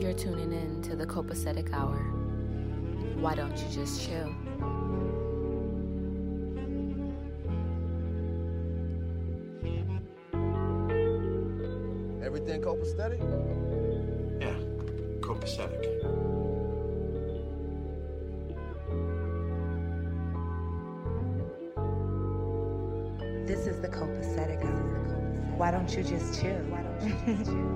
You're tuning in to the Copacetic Hour. Why don't you just chill? Everything copacetic? Yeah, copacetic. This is the copacetic hour. Why don't you just chill? Why don't you just chill?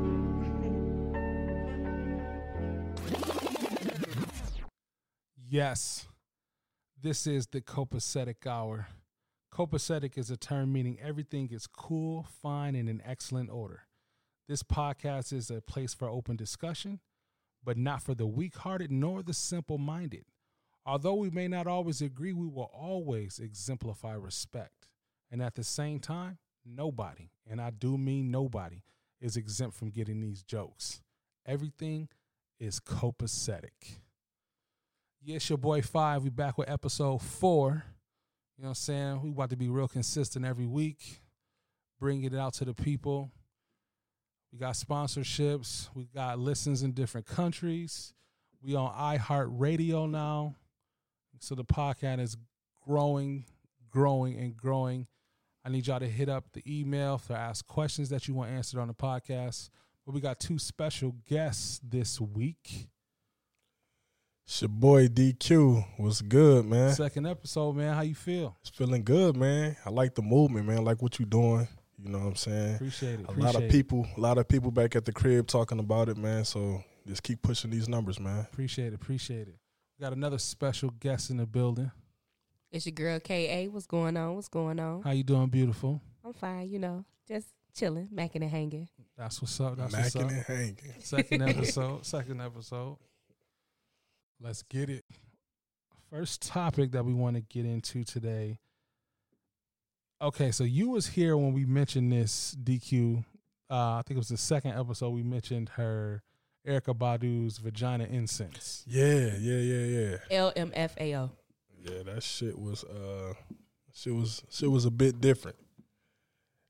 Yes, this is the copacetic hour. Copacetic is a term meaning everything is cool, fine, and in excellent order. This podcast is a place for open discussion, but not for the weak hearted nor the simple minded. Although we may not always agree, we will always exemplify respect. And at the same time, nobody, and I do mean nobody, is exempt from getting these jokes. Everything is copacetic. Yes, your boy Five. We back with episode four. You know what I'm saying? We about to be real consistent every week, bringing it out to the people. We got sponsorships. We got listens in different countries. We on iHeartRadio now. So the podcast is growing, growing, and growing. I need y'all to hit up the email for ask questions that you want answered on the podcast. But we got two special guests this week. It's your boy DQ. What's good, man? Second episode, man. How you feel? It's feeling good, man. I like the movement, man. I like what you doing. You know what I'm saying? Appreciate it. A Appreciate lot of it. people, a lot of people back at the crib talking about it, man. So just keep pushing these numbers, man. Appreciate it. Appreciate it. We got another special guest in the building. It's your girl KA. What's going on? What's going on? How you doing, beautiful? I'm fine, you know, just chilling, macking and hanging. That's what's up. That's what's Macking up. and hanging. Second episode. Second episode. Let's get it. First topic that we want to get into today. Okay, so you was here when we mentioned this DQ. Uh, I think it was the second episode we mentioned her Erica Badu's vagina incense. Yeah, yeah, yeah, yeah. LMFAO. Yeah, that shit was uh shit was shit was a bit different. It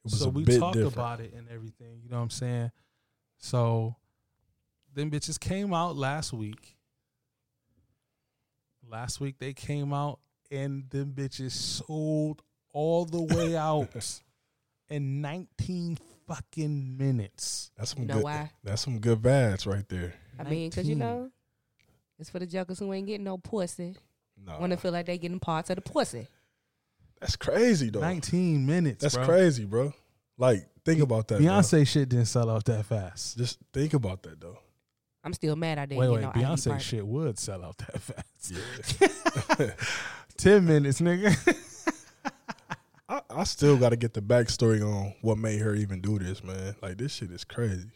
was so a we bit talked different. about it and everything. You know what I'm saying? So them bitches came out last week. Last week they came out and them bitches sold all the way out in 19 fucking minutes. That's some You know good why? that's some good vibes right there. I mean, because you 19. know, it's for the jokers who ain't getting no pussy. No. Want to feel like they getting parts of the pussy. That's crazy though. 19 minutes. That's bro. crazy, bro. Like, think about that. bro. Beyonce shit didn't sell out that fast. Just think about that though. I'm still mad I didn't Wait, get wait, no ID Beyonce part. shit would sell out that fast. 10 minutes, nigga. I, I still got to get the backstory on what made her even do this, man. Like this shit is crazy.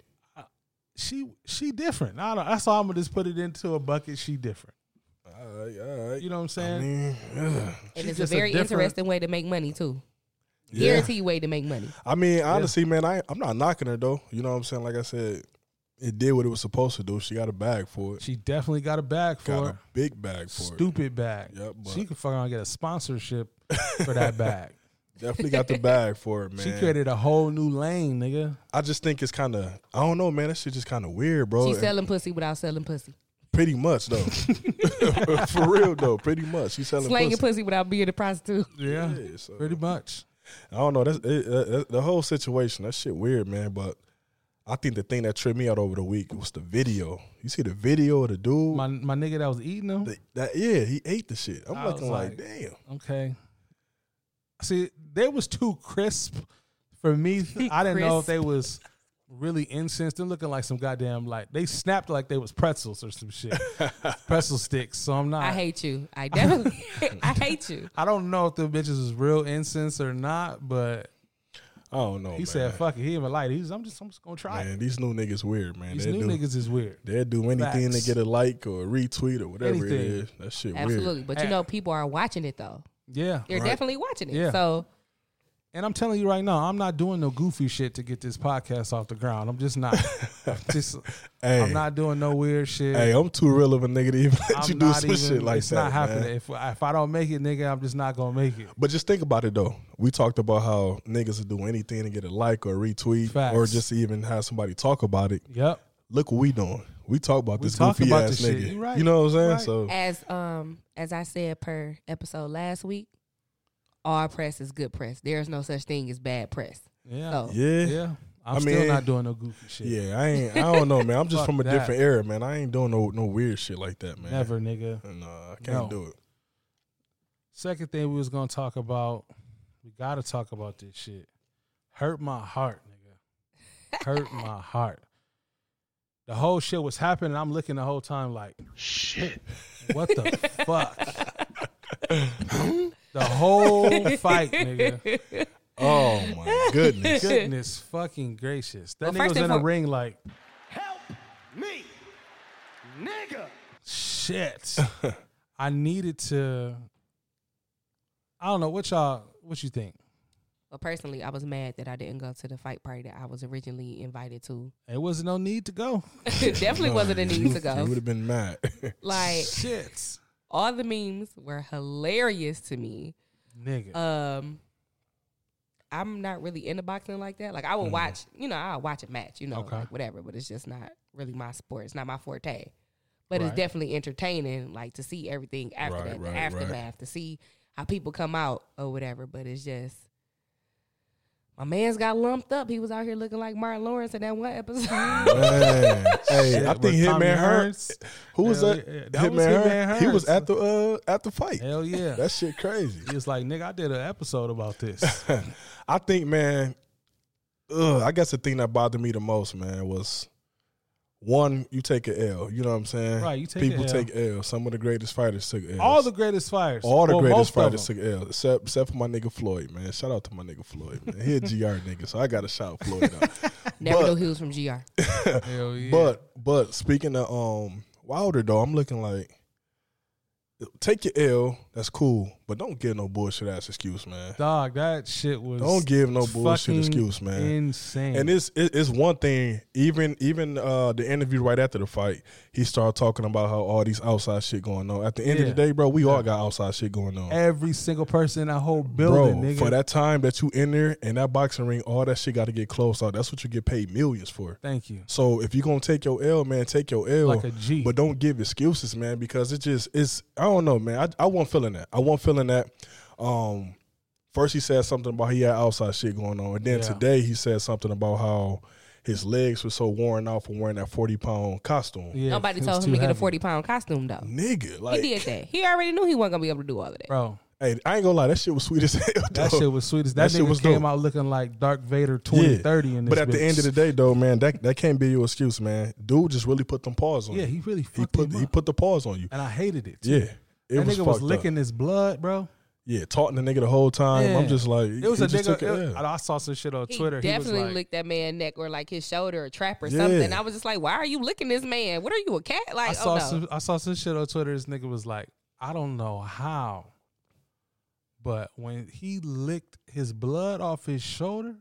she she different. I don't, that's all I'm gonna just put it into a bucket. She different. All right, all right. You know what I'm I saying? mean, yeah. And She's it's a just a very different- interesting way to make money, too. yeah. Guaranteed way to make money. I mean, honestly, man, I I'm not knocking her though. You know what I'm saying? Like I said, it did what it was supposed to do. She got a bag for it. she definitely got a bag for got it. a big bag for it. Stupid bag. Yep, but- she could fucking get a sponsorship for that bag. Definitely got the bag for it, man. She created a whole new lane, nigga. I just think it's kind of I don't know, man. That shit just kind of weird, Oh, bro. She's And selling pussy without selling pussy. pretty much though. for real though, pretty much. She selling Slanging pussy. pussy. without being a prostitute. Yeah, Yeah, so- pretty much. I don't know. That's it, uh, uh, the whole situation. That shit weird, man. But I think the thing that tripped me out over the week was the video. You see the video of the dude. My my nigga that was eating them. The- that yeah, he ate the shit. I'm I looking was like, like- damn. Okay. See, they was too crisp for me. I didn't know if Crisp. they was really incensed. They're looking like some goddamn like they snapped like they was pretzels or some shit, pretzel sticks. So I'm not. I hate you. I definitely, I hate you. I don't know if the bitches was real incense or not, but I don't know. he said, "Fuck it." He even lied. He's, I'm just, I'm just gonna try Oh, man, it. these new niggas weird, man. These They'll do, new niggas is weird. they'll do anything Facts. to get a like or a retweet or whatever it Anything. is. That shit Absolutely. weird. But you know, people are watching it, though. Yeah, They're Right. definitely watching it. Yeah. So and I'm telling you right now, I'm not doing no goofy shit to get this podcast off the ground. I'm just not. just, Hey. I'm not doing no weird shit. Hey, I'm too real of a nigga to even let I'm you do not some shit like it's that. not happening. man. If if I don't make it, nigga, I'm just not gonna make it. But just think about it though. We talked about how niggas will do anything to get a like or a retweet Facts. or just even have somebody talk about it. Yep. Look what we doing. We talk about We this talk goofy about ass this shit. nigga. You right. You know what I'm saying? Right. So As um as I said per episode last week, all press is good press. There is no such thing as bad press. Yeah. So yeah. Yeah. I'm I still mean- not doing no goofy shit. Yeah, I ain't. I don't know, man. I'm just Fuck from a that. different era, man. I ain't doing no no weird shit like that, man. Never, nigga. Nah, I can't No. do it. Second thing we was gonna talk about, we gotta talk about this shit. Hurt my heart, nigga. Hurt my heart. The whole shit was happening. I'm looking the whole time like, Shit. what the fuck? the whole fight, nigga. Oh my goodness. Goodness fucking gracious. That Well, first nigga was in and the fore- ring like, Help me, nigga. shit. I needed to. I don't know what y'all. What you think? Well, personally, I was mad that I didn't go to the fight party that I was originally invited to. It was no need to go. Definitely wasn't a need to You would go. have been mad. Like Shit, all the memes were hilarious to me. nigga. Uh, Um, I'm not really into boxing like that. Like I will watch, you know, I'll watch a match, you know, Mm. Okay. like whatever. But it's just not really my sport. It's not my forte. But Right. it's definitely entertaining, like to see everything after Right, that, the right, right. aftermath, to see how people come out or whatever. But it's just. My man's got lumped up. He was out here looking like Martin Lawrence in that one episode. Man. hey, Shit, I with think Tommy Hitman Hearns. Hearns. Who was Hell that? yeah, that Hitman, was Hitman Hearns? He was Hearns. at the uh, at the fight. Hell yeah. That shit crazy. he was like, nigga, I did an episode about this. I think, man, ugh, I guess the thing that bothered me the most, man, was one, you take a L. You know what I'm saying? Right, you take a People L. take L. Some of the greatest fighters took L's. All the greatest fires. All the Well, greatest most of fighters them. took L, except, except for my nigga Floyd, man. Shout out to my nigga Floyd, man. He a GR nigga, so I gotta shout Floyd out. Never But- knew he was from GR. Hell yeah. But but speaking of um Wilder though, I'm looking like take your L, that's cool, but don't give no bullshit ass excuse, man. dog, that shit was. Don't give no bullshit fucking excuse, man. Insane. And it's it- it's one thing. Even even uh, the interview right after the fight, he started talking about how all these outside shit going on. At the end Yeah. of the day, bro, we all got outside shit going on. every single person in that whole Bro, building, nigga. for that time that you in there and that boxing ring, all that shit got to get closed out. That's what you get paid millions for. Thank you. So if you gonna take your L, man, take your L. Like a G. But don't give excuses, man, because it just it's I don't know, man. I I wasn't feeling that. I wasn't feeling that. Um first he said something about he had outside shit going on. And then Yeah. today he said something about how his legs were so worn out from wearing that forty pound costume. Yeah, Nobody it was told him too to get a heavy. 40 pound costume, though. Nigga, like he did that. He already knew he wasn't going to be able to do all of that. Bro, hey, I ain't gonna lie, that shit was sweet as hell. that though. shit was sweet. As, That that, shit nigga was came dope. out looking like Dark Vader 2030 in this But at the end bitch. of the day though, man, that, that can't be your excuse, man. Dude just really put them paws on Yeah, you. he really fucked he put him he up. put the paws on you. and I hated it. Yeah. It that nigga was fucked up. licking his blood, bro. Yeah, talking to nigga the whole time. Yeah. I'm just like, It was he a just nigga. took a it- L. I saw some shit on He Twitter. he definitely was like, licked that man's neck or like his shoulder or trap or Yeah. something. I was just like, why are you licking this man? What are you, a cat? Like, I saw oh, no. some. I saw some shit on Twitter. This nigga was like, I don't know how, but when he licked his blood off his shoulder,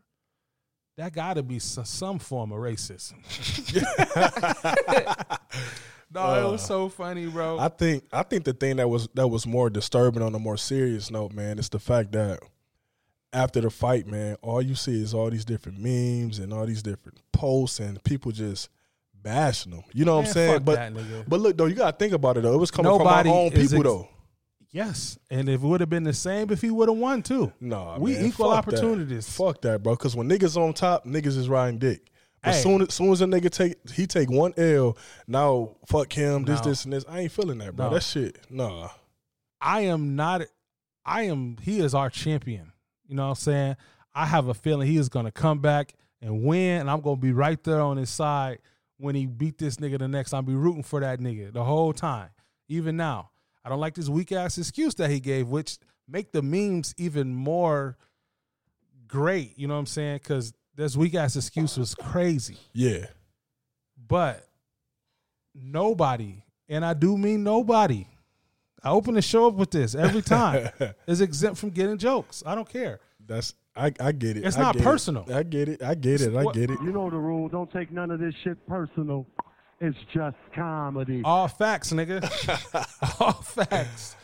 that got to be so- some form of racism. no, it was so funny, bro. Uh, I think I think the thing that was that was more disturbing on a more serious note, man, is the fact that after the fight, man, all you see is all these different memes and all these different posts and people just bashing them. You know what I'm Man, saying? fuck but that nigga. but look though, you gotta think about it though. It was coming Nobody from our own is people ex- though. yes, and if it would have been the same, if he would have won too. Nah, we man, equal fuck that. opportunities. Fuck that, bro. Because when niggas on top, niggas is riding dick. But Hey. soon, as soon as a nigga take he take one L, now fuck him. This, No. this, and this. I ain't feeling that, bro. No. That shit, nah. I am not I am he is our champion. You know what I'm saying? I have a feeling he is gonna come back and win, and I'm gonna be right there on his side when he beat this nigga the next. I'll be rooting for that nigga the whole time. Even now. I don't like this weak ass excuse that he gave, which make the memes even more great. You know what I'm saying? Cause this weak ass excuse was crazy. Yeah, But nobody, and I do mean nobody, I open the show up with this every time, is exempt from getting jokes. I don't care. that's I. I get it. It's I not get it. personal. I get it. I get it. I What- get it. You know the rule. Don't take none of this shit personal. It's just comedy. All facts, nigga. All facts.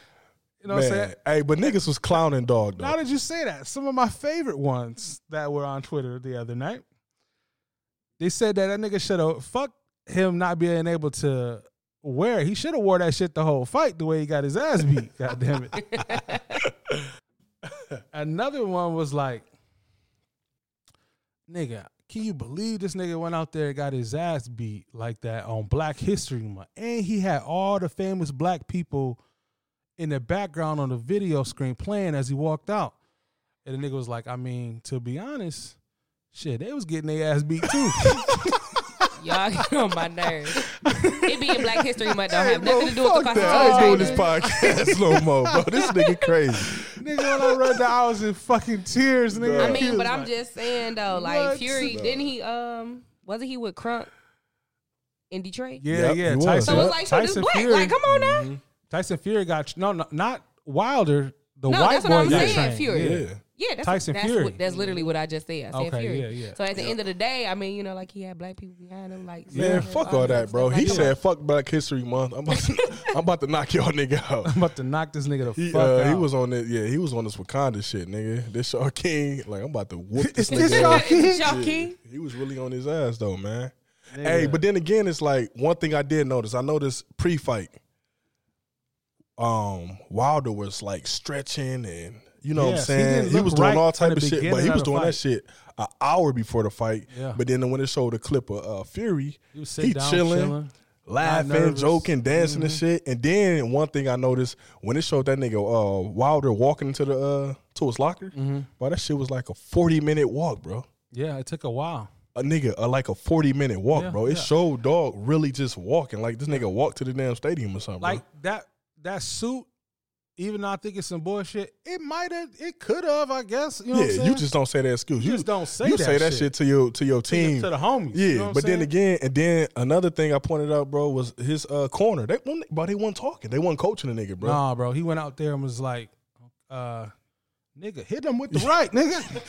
You know what I'm Man, saying? hey, but niggas was clowning dog though. Now that you say that, some of my favorite ones that were on Twitter the other night, they said that that nigga should have fuck him not being able to wear. it. He should have wore that shit the whole fight. The way he got his ass beat. God damn it. Another one was like, nigga, can you believe this nigga went out there and got his ass beat like that on Black History Month? And he had all the famous black people in the background on the video screen playing as he walked out. And the nigga was like, I mean, to be honest, shit, they was getting their ass beat too. Y'all get on my nerves. It being Black History Month don't have Bro, nothing to do with the fuck that. I ain't doing Constitution. this podcast no more, bro. This nigga crazy. nigga, when I read that, I was in fucking tears, nigga. I He mean, was but I'm like- just saying though, like What? Fury, didn't he? Um, wasn't he with Crump in Detroit? Yeah, Yep, yeah. he was. Tyson, Mm-hmm. So it's Yep. like, so this black, like, come on now. Tyson Fury got no, no, not Wilder. The No, white that's what boy I'm got saying, trained. Fury. Yeah. Yeah. Yeah, that's Tyson that's Fury. What, that's literally what I just said. I said Okay, Fury. yeah, yeah. So at the end of the day, I mean, you know, like he had black people behind him, like Man, supporting fuck him, all that, stuff bro. like He that. said, "Fuck Black History Month." I'm about to, I'm about to knock y'all nigga out. I'm about to knock this nigga the He, fuck uh, out. he was on it. Yeah, he was on this Wakanda shit, nigga. This Shaw King, like I'm about to whoop this this nigga. Shaw ass. King? Shaw Yeah. King? He was really on his ass though, man. Hey, but then again, it's like one thing I did notice. I noticed pre-fight, um, Wilder was like stretching and you know Yes, he what I'm saying. didn't He, look was doing right all type from the of shit, but beginning he of was the doing fight. that shit an hour before the fight. Yeah. But then when it showed a clip of uh, Fury, He was sit he down, chilling, chilling, not laughing, nervous. Mm-hmm. joking, dancing and shit. And then one thing I noticed when it showed that nigga uh, Wilder walking into the uh, to his locker, Mm-hmm. boy, that shit was like a forty minute walk, bro yeah, it took a while. a nigga a, like a 40 minute walk, Yeah, bro. It yeah. showed dog really just walking. Like this nigga walked to the damn stadium or something. Like that that suit, even though I think it's some bullshit, it might have, it could have, I guess. You know bro. what I'm yeah, saying? you just don't say that excuse. You just don't say you that say that shit. shit. to your to your your- team. to the homies, Yeah, you know what I'm but saying? then again, and then another thing I pointed out, bro, was his uh, corner. They but they weren't talking. They weren't coaching the nigga, bro. Nah, bro. He went out there and was like, uh, nigga, hit him with the right, nigga.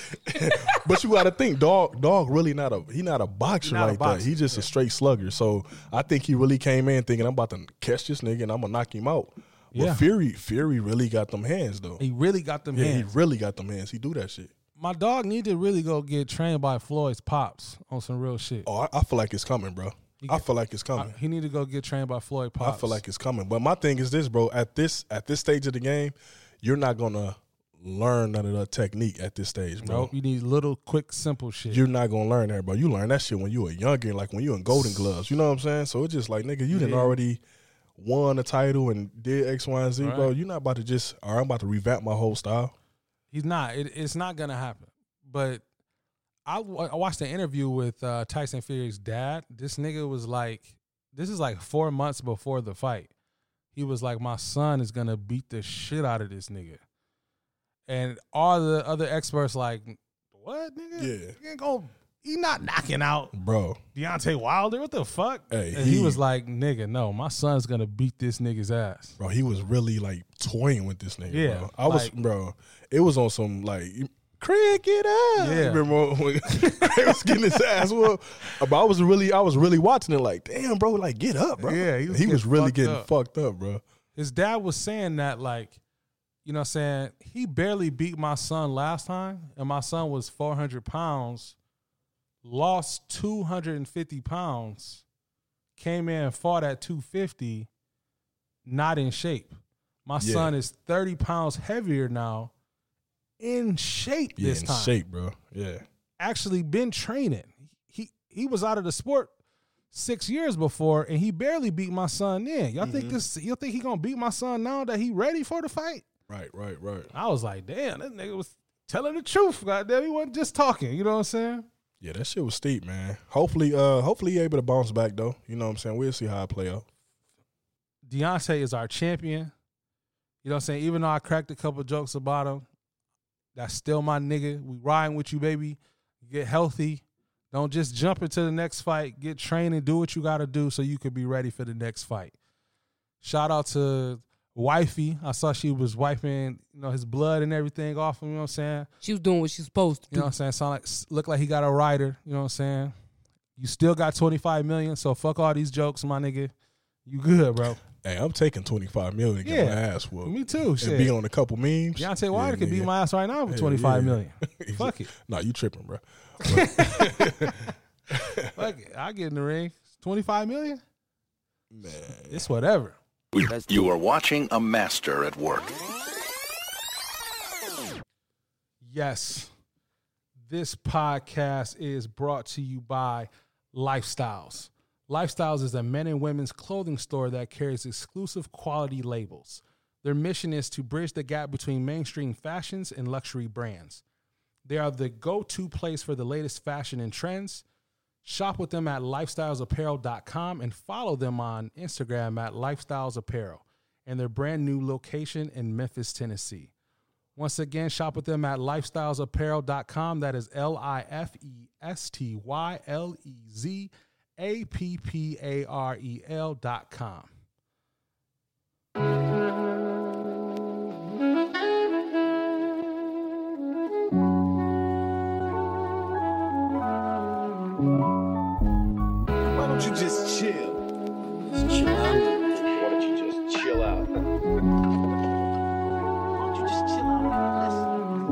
but you got to think, dog. Dog really not a he not a boxer Not a like that. boxer, He just a straight slugger. So I think he really came in thinking I'm about to catch this nigga and I'm gonna knock him out. But Yeah. Fury, Fury really got them hands though. He really got them yeah, hands. he really got them hands. He do that shit. My dog need to really go get trained by Floyd's pops on some real shit. Oh, I, I feel like it's coming, bro. I feel like it's coming. He need to go get trained by Floyd Oh, I, pops. feel like it's coming. But my thing is this, bro. At this at this stage of the game, you're not gonna learn none of the technique at this stage, bro. Nope, you need little, quick, simple shit. You're not gonna learn that, bro. You learn that shit when you were younger, like when you in Golden Gloves. You know what I'm saying? So it's just like, nigga, you didn't already won a title and did X, Y, and Z, bro. You're not about to just, all right, I'm about to revamp my whole style. He's not. It, it's not gonna happen. But I, wa- I watched an interview with uh, Tyson Fury's dad. This nigga was like, this is like four months before the fight. He was like, my son is gonna beat the shit out of this nigga. And all the other experts like, what nigga? Yeah. he ain't gonna. He not knocking out Bro, Deontay Wilder. What the fuck? Hey, and he, he- was like, nigga, no, my son's gonna beat this nigga's ass. bro, he was really like toying with this nigga, Yeah, bro. I was, like- bro, it was on some like, Craig, get up. Yeah. Remember when Craig was getting his ass whooped? But I was really, I was really watching it like, damn, bro, like, get up, bro. Yeah, he he was, was getting really fucked getting up. fucked up, bro. his dad was saying that like you know what i'm saying he barely beat my son last time and my son was 400 pounds lost 250 pounds came in and fought at 250 not in shape my Yeah. son is 30 pounds heavier now in shape Yeah, this in time shape, bro. Yeah. actually been training he he was out of the sport six years before, and he barely beat my son then. Y'all think this? Y'all think he gonna beat my son now that he ready for the fight? Right, right, right. I was like, damn, this nigga was telling the truth. Goddamn, he wasn't just talking. You know what I'm saying? Yeah, that shit was steep, man. Hopefully, uh, hopefully he able to bounce back though. You know what I'm saying? We'll see how it play out. Deontay is our champion. You know what I'm saying? Even though I cracked a couple jokes about him, that's still my nigga. We riding with you, baby. Get healthy. Don't just jump into the next fight. Get trained and do what you gotta do so you can be ready for the next fight. Shout out to Wifey. I saw she was wiping, you know, his blood and everything off him, you know what I'm saying? She was doing what she was supposed to You know do. what I'm saying? Sound like look like he got a rider. You know what I'm saying? You still got 25 million, so fuck all these jokes, my nigga. You good, bro. Hey, I'm taking 25 million to get Yeah. my ass whooped. Me too. And Shit. be on a couple memes. Deontay Wilder could beat nigga. my ass right now for Hell twenty five yeah. million. Fuck it. Nah, you tripping, bro. Fuck it. I get in the ring. 25 million? It's whatever. You are watching a master at work. Yes. This podcast is brought to you by Lifestyles. Lifestyles is a men and women's clothing store that carries exclusive quality labels. Their mission is to bridge the gap between mainstream fashions and luxury brands. They are the go to place for the latest fashion and trends. Shop with them at lifestylesapparel.com and follow them on Instagram at lifestylesapparel and their brand new location in Memphis, Tennessee. Once again, shop with them at lifestylesapparel.com. That is L I F E S T Y L E Z A P P A R E L.com. Why don't you just chill? Why don't you just chill out? Why don't you just chill out?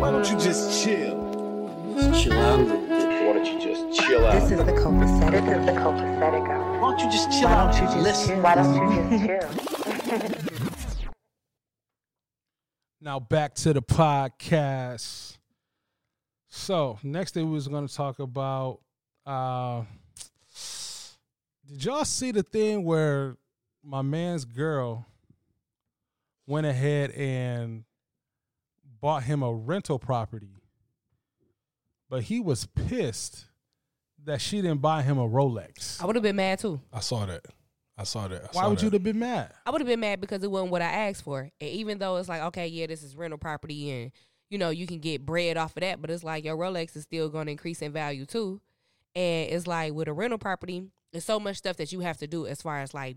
Why don't you just chill? Let's chill out. Why don't you just chill out? This is the copacetic. This is the copacetic Why hour. don't you just chill Why out? don't you just Listen. chill? Why don't you just chill? Now back to the podcast. So next thing we was gonna talk about uh did y'all see the thing where my man's girl went ahead and bought him a rental property, but he was pissed that she didn't buy him a Rolex. I would have been mad too. I saw that. I saw that. I Why saw would that. you have been mad? I would have been mad because it wasn't what I asked for. And even though it's like, okay, yeah, this is rental property and you know, you can get bread off of that, but it's like your Rolex is still gonna increase in value too. And it's like with a rental property, it's so much stuff that you have to do as far as like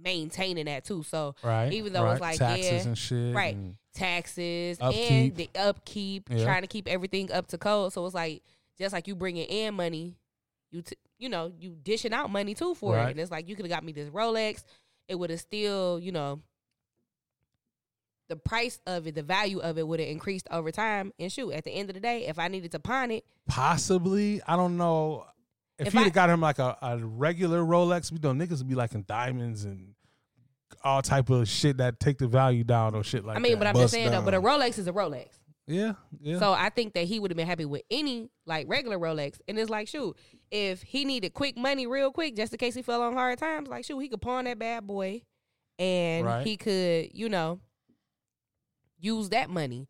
maintaining that too. So Right. even though it's right, like taxes yeah, and shit. right. and- taxes Mm-hmm. Upkeep. and the upkeep, Yeah. trying to keep everything up to code. So it's like just like you bringing in money, you t- you know you dishing out money too for Right. it, and it's like you could have got me this Rolex. It would have still you know the price of it, the value of it would have increased over time. And shoot, at the end of the day, if I needed to pawn it, Possibly. I don't know. If, If you'd I- have got him like a, a regular Rolex, we know niggas would be like in diamonds and all type of shit that take the value down or shit like I mean, that. but I'm Bust just saying though, but a down. Rolex is a Rolex. yeah, yeah. So I think that he would have been happy with any like regular Rolex. And it's like, shoot, if he needed quick money real quick, just in case he fell on hard times, like shoot, he could pawn that bad boy and Right. he could, you know, use that money.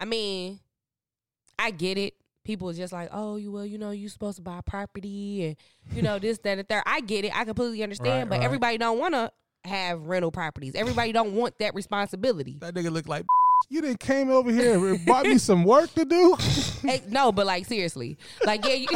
I mean, I get it. People are just like, oh, you well, you know, you supposed to buy property and you know, this, that, and the third. I get it. I completely understand, Right, but right. everybody don't wanna have rental properties. Everybody don't want that responsibility. that nigga look like you didn't came over here and brought me some work to do. this Eh, no, but like seriously. Like yeah, you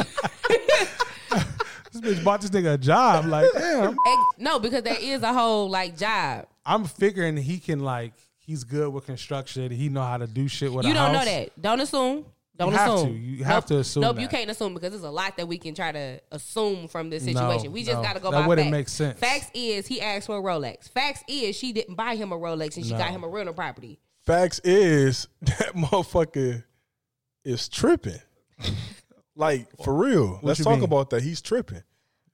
bitch bought this nigga a job. Like, damn, Ex- no, because there is a whole like job. I'm figuring he can like he's good with construction. He know how to do shit with. you a don't know house. that. Don't assume. Don't have assume. to. You have Nope. to assume Nope, you that. can't assume because there's a lot that we can try to assume from this No, situation. we just no. gotta go That by wouldn't facts. make sense. Facts is he asked for a Rolex. Facts is she didn't buy him a Rolex and she No. got him a rental property. Facts is that motherfucker is tripping. like for real. Let's you talk mean? about that. He's tripping.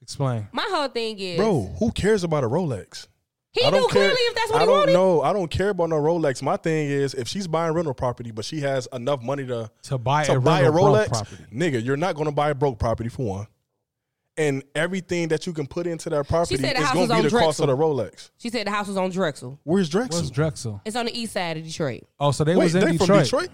Explain. My whole thing is Bro, who cares about a Rolex? he I knew don't care. clearly if that's what I he don't wanted. know. I don't care about no Rolex. My thing is, if she's buying rental property, but she has enough money to To buy to a buy a rental broke Rolex, property. nigga, you're not going to buy a broke property for one. And everything that you can put into that property said the is house going was to be on the cost of the Drexel. Rolex. She said the house was on Drexel. Where's Drexel? What's Drexel? It's on the east side of Detroit. Oh, so they Wait, was in they Detroit. from Detroit?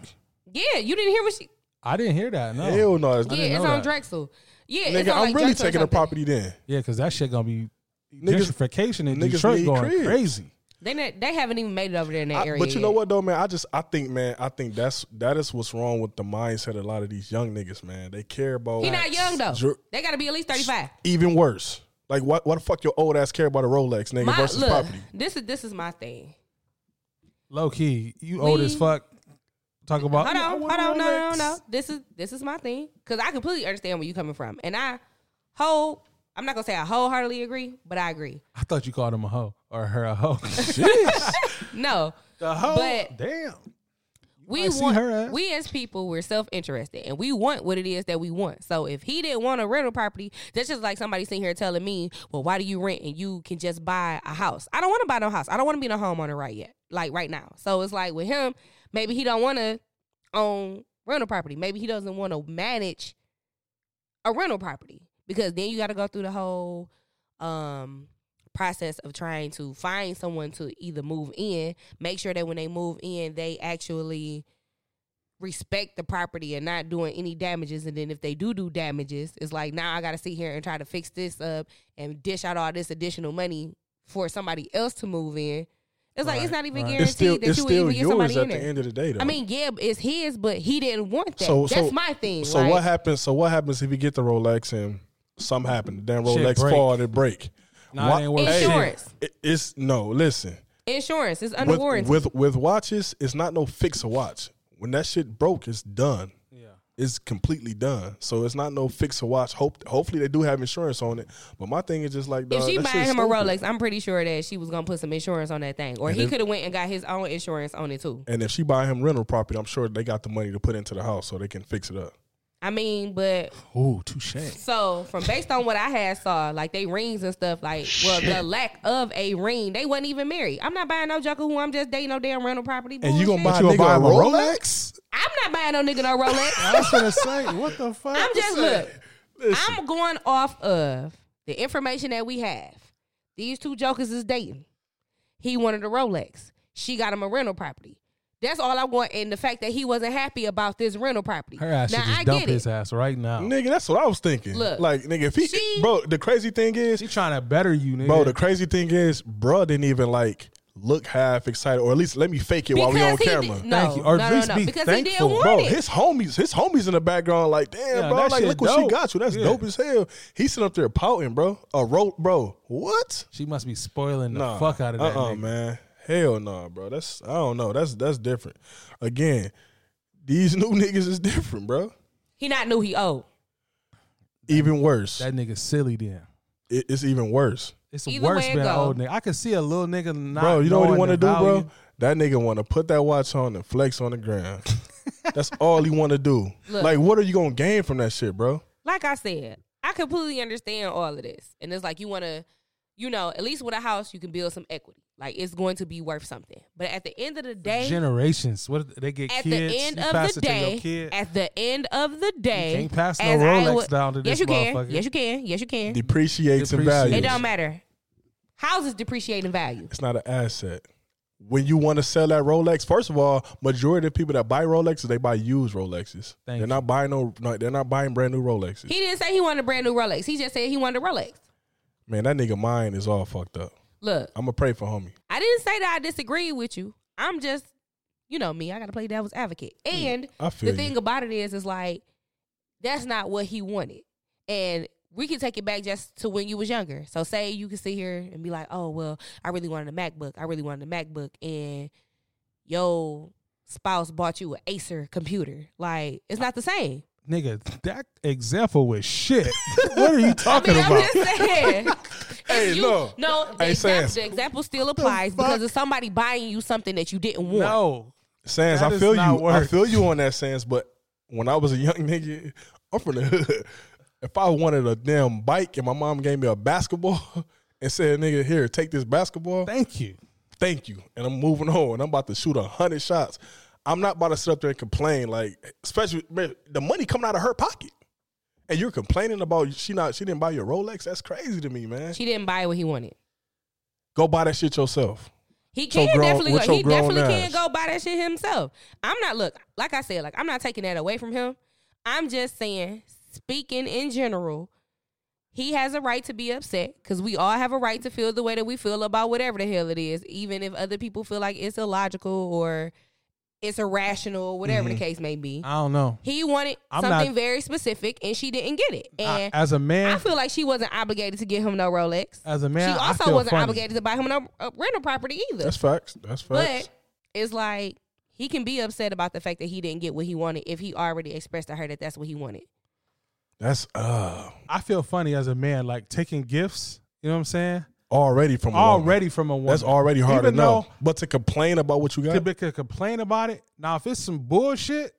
Yeah, you didn't hear what she I didn't hear that. No. Hell no, it's I Yeah, didn't it's know on that. Drexel. Yeah, it's Nigga, on, I'm like, really Drexel or taking the something. property then. Yeah, because that shit gonna be Niggas- gentrification in niggas Detroit need going cribs. crazy. They not, they haven't even made it over there in that I- area. but you know yet. what though, man? I just I think, man, I think that's that is what's wrong with the mindset of a lot of these young niggas, man. They care about He not young though. Dr- they got to be at least thirty five. even worse. Like what what the fuck your old ass care about a Rolex, nigga, My versus look, property. this is this is my thing. Low key, you old as We- fuck. Talk Oh, about. Hold "Yeah, I on, hold want a on, no, no, Rolex." no. This is this is my thing because I completely understand where you coming from, and I whole I'm not gonna say I wholeheartedly agree, but I agree. I thought you called him a hoe or her a hoe. No, the hoe. But- Damn. we might see want her ass. we as people we're self interested and we want what it is that we want. So if he didn't want a rental property, that's just like somebody sitting here telling me, "Well, why do you rent and you can just buy a house?" I don't want to buy no house. I don't want to be no homeowner right yet, like right now. So it's like with him, maybe he don't want to own rental property. Maybe he doesn't want to manage a rental property because then you got to go through the whole um process of trying to find someone to either move in, make sure that when they move in, they actually respect the property and not doing any damages. And then if they do do damages, it's like now I got to sit here and try to fix this up and dish out all this additional money for somebody else to move in. It's like it's Right, not even right. guaranteed It's still that it's you would still even get yours somebody at in the there. end of the day though. I mean, yeah, it's his, but he didn't want that. That's my thing. So like, what happens? So what happens if you get the Rolex and something happened? The damn Shit Rolex break. fall and it break. Nah, Wa- it ain't worth shit. Insurance. it- it's no. Listen, Insurance is under with, warranty. with with watches, it's not no fix a watch. When that shit broke, it's done. Yeah. It's completely done. So it's not no fix a watch. Hope hopefully they do have insurance on it. But my thing is just like if dawg, she that buying shit's him a stupid. Rolex, I'm pretty sure that she was gonna put some insurance on that thing, or And he if- could have went and got his own insurance on it too. and if she buy him rental property, I'm sure they got the money to put into the house so they can fix it up. I mean, but Ooh, touche. so from based on what I had saw, like they rings and stuff, like well the lack of a ring, they wasn't even married. I'm not buying no joker who I'm just dating no damn rental property. And you gonna bullshit. buy, nigga you gonna buy a him a Rolex? I'm not buying no nigga no Rolex. I was gonna say, what the fuck? I'm just look. I'm going off of the information that we have. These two jokers is dating. He wanted a Rolex. She got him a rental property. That's all I want, and the fact that he wasn't happy about this rental property. Her ass should now just I dump get his it. ass right now. Nigga, that's what I was thinking. Oh. Look, like, nigga, if he, she- bro, the crazy thing is, She trying to better you, nigga. bro, the crazy thing is, bro, didn't even like look half excited, or at least let me fake it while we on Because he camera. did- no, Thank you. Or at no, no, least no, be because he thankful, didn't want Bro, it. his homies, his homies in the background, like, damn, Yeah, bro, that like, shit look what she dope. got you. That's Yeah. dope as hell. He sitting up there pouting, bro. A rope, bro. What? she must be spoiling the Nah, fuck out of that uh-uh, nigga. man. Hell no, bro. That's I don't know. That's that's different. Again, these new niggas is different, bro. He not knew he owed. Even worse. That nigga silly then. It- it's even worse. It's Either worse way it being an go. old nigga. I can see a little nigga not. bro, you know what he want to do, bro? That nigga want to put that watch on and flex on the ground. That's all he want to do. Look. Like, what are you gonna gain from that shit, bro? Like I said, I completely understand all of this, and it's like you want to, you know, at least with a house you can build some equity. Like it's going to be worth something. But at the end of the day, Generations. What they get at kids. the end you of pass the it to your day, kid. at the end of the day, can't pass no as I Rolex down to yes, this you can. motherfucker. Yes, you can. Yes, you can. Depreciates in Depreciate. value. It don't matter. Houses depreciate in value. It's not an asset. When you want to sell that Rolex, first of all, majority of people that buy Rolexes, they buy used Rolexes. Thank they're you. not buying no, no, they're not buying brand new Rolexes. He didn't say he wanted a brand new Rolex. He just said he wanted a Rolex. Man, that nigga mind is all fucked up. Look, I'ma pray for homie. I didn't say that I disagreed with you. I'm just, you know me. I gotta play devil's advocate. And Mm, I the feel you. thing about it is, is like that's not what he wanted. And we can take it back just to when you was younger. So say you can sit here and be like, oh well, I really wanted a MacBook. I really wanted a MacBook, and your spouse bought you an Acer computer. Like it's not the same. Nigga, that example was shit. what are you talking I mean, about? I'm just saying. Hey, If you, no. no. The, Hey, example, Sans. the example still applies because fuck? of somebody buying you something that you didn't want. no. Sans, That I is feel not you. I work. feel you on that, Sans. But when I was a young nigga, I'm from the hood. If I wanted a damn bike and my mom gave me a basketball and said, "Nigga, here, take this basketball," Thank you. thank you, and I'm moving on. And I'm about to shoot a hundred shots. I'm not about to sit up there and complain. Like, especially man, the money coming out of her pocket, and you're complaining about she not she didn't buy your Rolex. That's crazy to me, man. She didn't buy what he wanted. Go buy that shit yourself. He your can grown- definitely with go. He your grown definitely can ass. go buy that shit himself. I'm not look like I said. Like I'm not taking that away from him. I'm just saying, speaking in general, he has a right to be upset because we all have a right to feel the way that we feel about whatever the hell it is, even if other people feel like it's illogical or it's irrational or whatever the case may be. I don't know. He wanted Mm-hmm. I'm something not- very specific, and she didn't get it. I, And I, as a man, feel like she wasn't obligated to get him no Rolex. As a man, she I also feel wasn't funny. obligated to buy him no uh, rental property either. That's facts. That's facts. but it's like he can be upset about the fact that he didn't get what he wanted if he already expressed to her that that's what he wanted. that's uh. I feel funny as a man, like taking gifts. You know what I'm saying? already from a woman. already from a woman. That's already hard Even enough. though- But to complain about what you got, to be, could complain about it. Now, if it's some bullshit,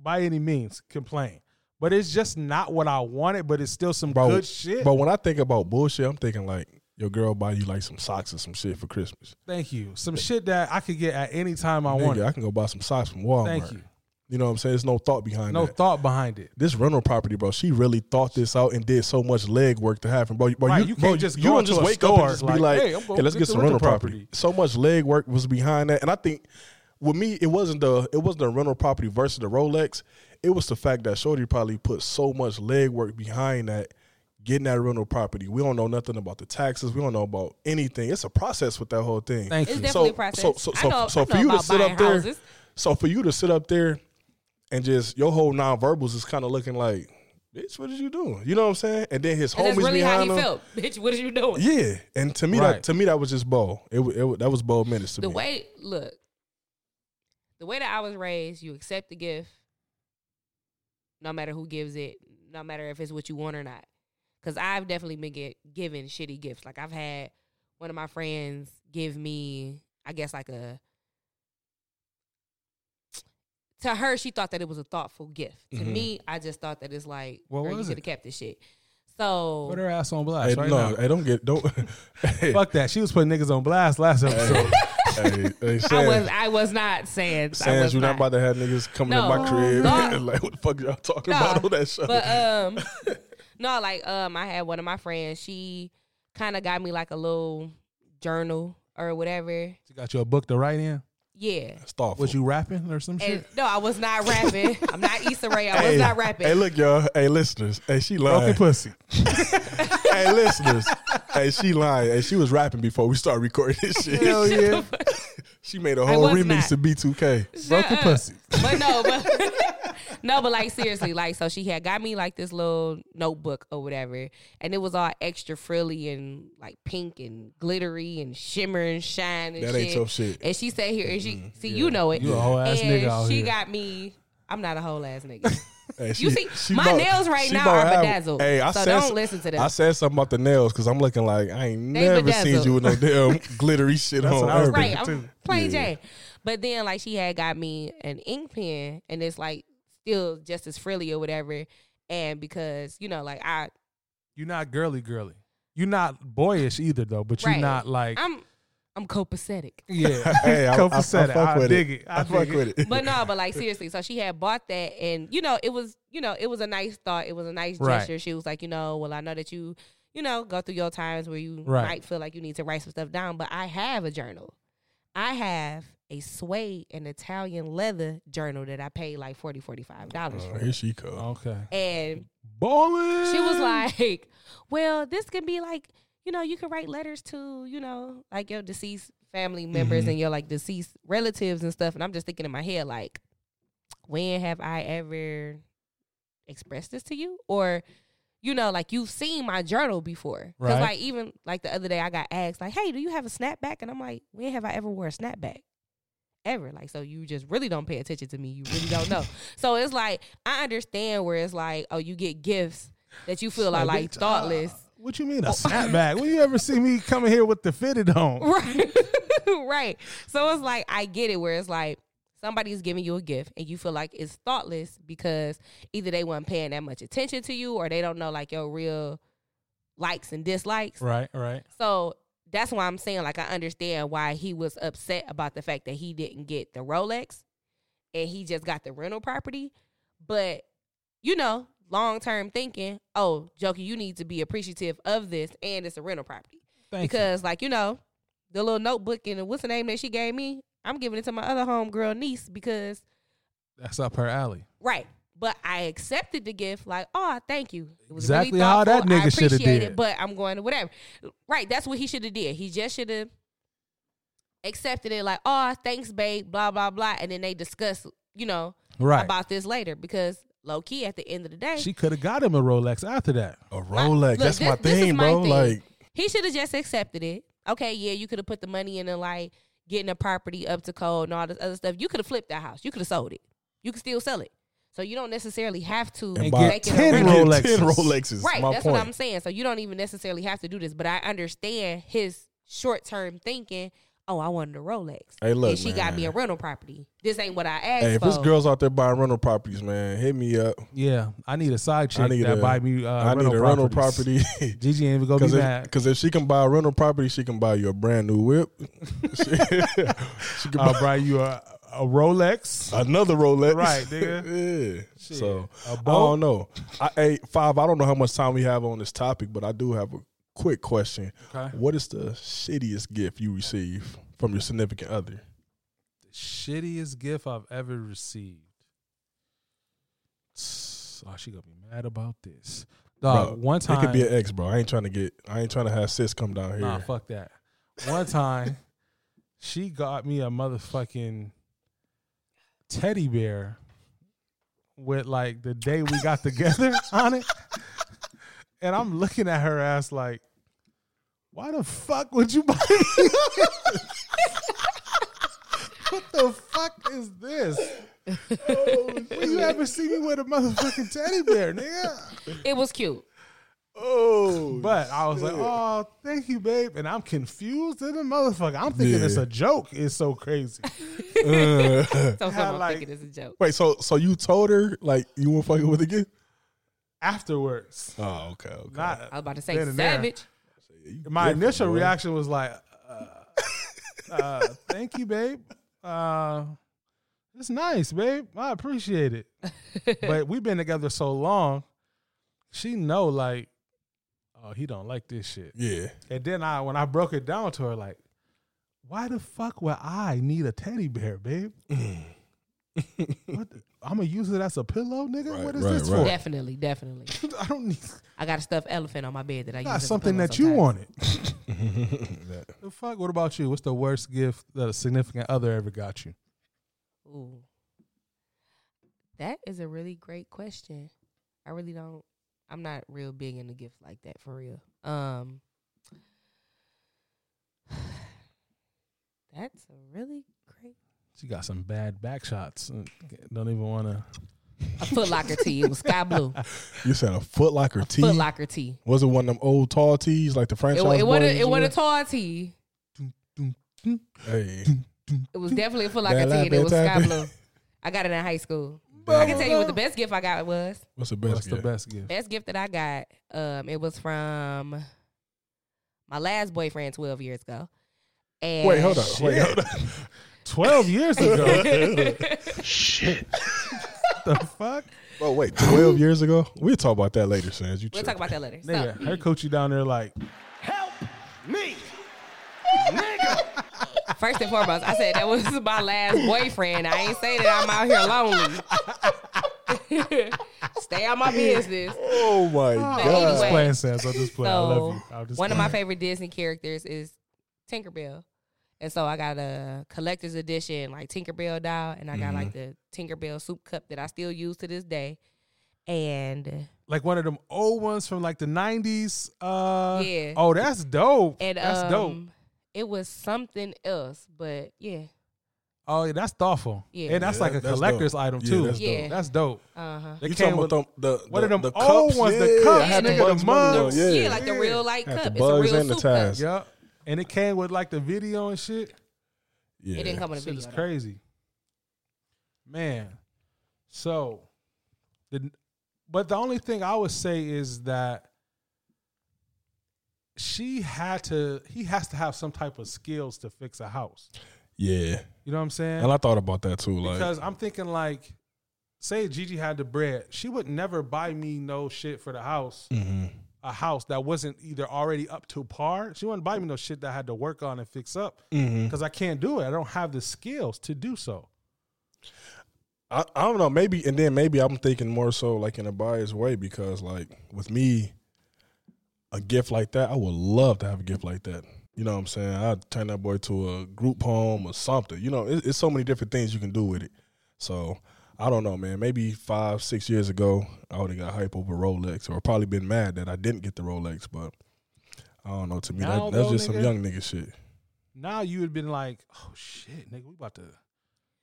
by any means, complain. But it's just not what I wanted. But it's still some bro. good shit. Oh, But when I think about bullshit, I'm thinking like your girl buy you like some socks or some shit for Christmas. Thank you. Some shit that I could get at any time I Nigga, I wanted. can go buy some socks from Walmart. Thank you. You know what I'm saying? There's no thought behind No that. thought behind it. this rental property, bro. She really thought this out and did so much leg work to happen, bro. bro Right, you, you can't bro, just you go don't into just a wake up store and just like, be like, "Hey, I'm gonna let's get get the some rental rental property. property. So much leg work was behind that, and I think with me, it wasn't the it wasn't the rental property versus the Rolex. It was the fact that Shorty probably put so much leg work behind that. Getting that rental property, we don't know nothing about the taxes. We don't know about anything. It's a process with that whole thing. Thank It's you. definitely a process. So, so, I so, know- so I for know you to about sit buying up there, houses. so for you to sit up there and just your whole nonverbals is kind of looking like, bitch, what did you do? You know what I'm saying? And then his And homies that's really how behind he him. felt. Bitch, what are you doing? Yeah, and to me, Right. that to me that was just bold. It, wa- it wa- that was bold minutes to the me. way look the way that i was raised you accept the gift no matter who gives it no matter if it's what you want or not because i've definitely been get, given shitty gifts like i've had one of my friends give me i guess like a to her she thought that it was a thoughtful gift to Mhm. me i just thought that it's like What girl, was you it? could have kept this shit so Put her ass on blast Hey, right no, now. hey, don't get don't. hey, Fuck that. She was putting niggas on blast last episode. hey, hey, i Sans, was i was not saying I was Sans, you're not about to have niggas coming No. to my crib. No. and like, what the fuck y'all talking Nah, about? All that shit. But um, no, like um, I had one of my friends. She kind of got me like a little journal or whatever. she got you a book to write in. Yeah. it's thoughtful. Was you rapping or some And shit? no, I was not rapping. I'm not Issa Rae. I hey, was not rapping. Hey, look, y'all. Hey, listeners. Hey, she Broken lying. pussy. hey, listeners. Hey, she lying. Hey, she was rapping before we started recording this shit. Hell yeah. She made a I whole was remix not. to B2K. Broken Shut up. pussy. But no, but no, but like seriously, like so she had got me like this little notebook or whatever, and it was all extra frilly and like pink and glittery and shimmer and shine and That shit. ain't your shit. Mm-hmm. And she sat here and she see you know it. You a whole ass and nigga out she here. got me. I'm not a whole ass nigga. Hey, You see, my nails right she now about are have- bedazzled, Hey, I so said, don't listen to them. I said something about the nails because I'm looking like I ain't They never seen bedazzled. you with no damn glittery shit That's on. what I was ever. right, Urban, too. I'm plain Yeah. Jane. But then like she had got me an ink pen and it's like still just as frilly or whatever. And because, you know, like I You're not girly girly. You're not boyish either though, but you're Right. not like I'm I'm copacetic. yeah. Hey, I, I, I, Copacetic. fuck I with dig it. it. I fuck dig it. with it. But no, but like seriously, so she had bought that and you know, it was you know, it was a nice thought. It was a nice Right. gesture. She was like, you know, well I know that you, you know, go through your times where you Right. might feel like you need to write some stuff down, but I have a journal. I have a suede and Italian leather journal that I paid like 40 dollars Oh, for. here she comes. Okay. And Ballin'. she was like, "Well, this can be like, you know, you can write letters to, you know, like your deceased family members and your like deceased relatives and stuff." And I'm just thinking in my head, like, when have I ever expressed this to you, or you know, like you've seen my journal before? Because Right. like even like the other day, I got asked, like, "Hey, do you have a snapback?" And I'm like, "When have I ever wore a snapback?" Ever like so you just really don't pay attention to me. You really don't know. So it's like I understand where it's like, oh, you get gifts that you feel are like bitch, uh, thoughtless. What you mean a snapback? When you ever see me coming here with the fitted on? Oh. Right. right. So it's like I get it where it's like somebody's giving you a gift and you feel like it's thoughtless because either they weren't paying that much attention to you or they don't know like your real likes and dislikes. Right, right. So that's why I'm saying like I understand why he was upset about the fact that he didn't get the Rolex and he just got the rental property. But you know, long term thinking, oh, Joker, you need to be appreciative of this and it's a rental property. Thank you. because like, you know, the little notebook and the what's the name that she gave me, I'm giving it to my other homegirl niece because That's up her alley. Right. But I accepted the gift, like, oh, thank you. It was Exactly how that thoughtful. I nigga shoulda appreciate did. It, but I'm going to whatever. Right, that's what he should have did. He just should have accepted it, like, oh, thanks, babe, blah blah blah, and then they discuss, you know, Right. about this later because low key at the end of the day, She could have got him a Rolex after that. A Rolex. my- look, That's my this- this is thing, my bro. thing. Like, he should have just accepted it. Okay, yeah, you could have put the money in and like getting the property up to code and all this other stuff. You could have flipped that house. You could have sold it. You could still sell it. So you don't necessarily have to And And buy get make it a 10 rental. Rolexes. Get 10 Rolexes. Right, my that's point. what I'm saying. So you don't even necessarily have to do this, but I understand his short term thinking. Oh, I wanted a Rolex. Hey, look, and she got me a man. rental. rental property. This ain't what I asked Hey, if for. it's girls out there buying rental properties, man, hit me up. Yeah, I need a side I chick need that a- buy me. Uh, I need a rental property. Gigi ain't even gonna be mad. Because if, she can buy a rental property, she can buy you a brand new whip. she, she can I'll buy buy you a, a Rolex. another Rolex. Right, nigga. yeah. Shit. Uh, So A I boat? don't know. I hey, five. I don't know how much time we have on this topic, but I do have a quick question. Okay. What is the shittiest gift you receive from your significant other? Shittiest gift I've ever received. Oh, she gonna be mad about this. Dog, Bro, Uh, one time it could be an ex, bro. I ain't trying to get. I ain't trying to have sis come down here. Nah, fuck that. One time, she got me a motherfucking teddy bear with like the day we got together on it. And I'm looking at her ass like, why the fuck would you buy me? what the fuck is this? When you ever see me with a motherfucking teddy bear, nigga? it was cute. Oh, But I was like, oh, thank you, babe. And I'm confused as a motherfucker. I'm thinking Yeah. it's a joke. It's so crazy. So Had someone like- thinking it's a joke. wait. So, so you told her like you want to fuck it with again? Afterwards, Oh, okay, okay. not I was about to say Then and there. savage. my Different, initial boy. reaction was like, uh, uh, thank you, babe. Uh, it's nice, babe. I appreciate it. but we've been together so long, she know like, oh, he don't like this shit. Yeah, And then I, when I broke it down to her, like, why the fuck would I need a teddy bear, babe? what the, I'm gonna use it as a pillow, nigga. Right, what is right, this right. Definitely, definitely. for? I don't need I got a stuffed elephant on my bed that I use. not as a something pillow that you sometimes. wanted. the fuck? What about you? What's the worst gift that a significant other ever got you? Ooh. That is a really great question. I really don't I'm not real big into gifts like that for real. Um That's a really great She got some bad back shots. Don't even want to. a Foot Locker tee. It was sky blue. you said a Foot Locker tee. Foot Locker tee. Was it one of them old tall tees like the It, franchise? wa- it boys wasn't it wear? wasn't a tall tee. Hey, It was definitely a Foot That Locker tee and it was laptop. sky blue. I got it in high school. I can tell you what the best gift I got was. what's the best? What's the gift? best gift? Best gift that I got, um, it was from my last boyfriend twelve years ago. And Wait, hold on. Wait, hold on. Twelve years ago. the fuck? Bro, wait. Twelve years ago. We'll talk about that later, Sans. You We'll talk about that later. So, Nigga, her coachy down there like first and foremost, I said that was my last boyfriend. I ain't say that I'm out here lonely. Stay out my business. Oh my anyway, god. just playing sense. I just play. I love you. So I'm just one of playing. my favorite Disney characters is Tinkerbell. And so I got a collector's edition, like Tinkerbell doll, and I Mm-hmm. got like the Tinkerbell soup cup that I still use to this day. And like one of them old ones from like the nineties. Uh, Yeah. Oh, that's dope. and that's um, dope. it was something else, but yeah. Oh, yeah, that's thoughtful. Yeah. Yeah. And that's Yeah, like a that's dope. collector's item Yeah, too. that's dope. Yeah. That's dope. Uh-huh. They You came talking about with- them, the, the, one of them the old cups? ones, the Yeah, cups, I had the nigga, the bugs, one of mugs. those, yeah. Yeah, like the real like Had the cup. It's a bugs real and the soup cup. ties. Yep. And it came with like the video and shit. yeah. It didn't come in a Shit is video. though. crazy, man. So, the but the only thing I would say is that she had to. He has to have some type of skills to fix a house. Yeah, You know what I'm saying? and I thought about that too. Like, because I'm thinking like, say Gigi had the bread, she would never buy me no shit for the house, Mm-hmm. a house that wasn't either already up to par. She wouldn't buy me no shit that I had to work on and fix up because Mm-hmm. I can't do it. I don't have the skills to do so. I, I don't know. Maybe and then maybe I'm thinking more so like in a biased way because like with me, a gift like that, I would love to have a gift like that. You know what I'm saying? I'd turn that boy to a group poem or something. You know, it, it's so many different things you can do with it. So I don't know, man. Maybe five, six years ago, I would have got hype over Rolex, or probably been mad that I didn't get the Rolex. But I don't know. To me, Now, that, that's though, just nigga- some young nigga shit. Now you would have been like, oh shit, nigga, we about to,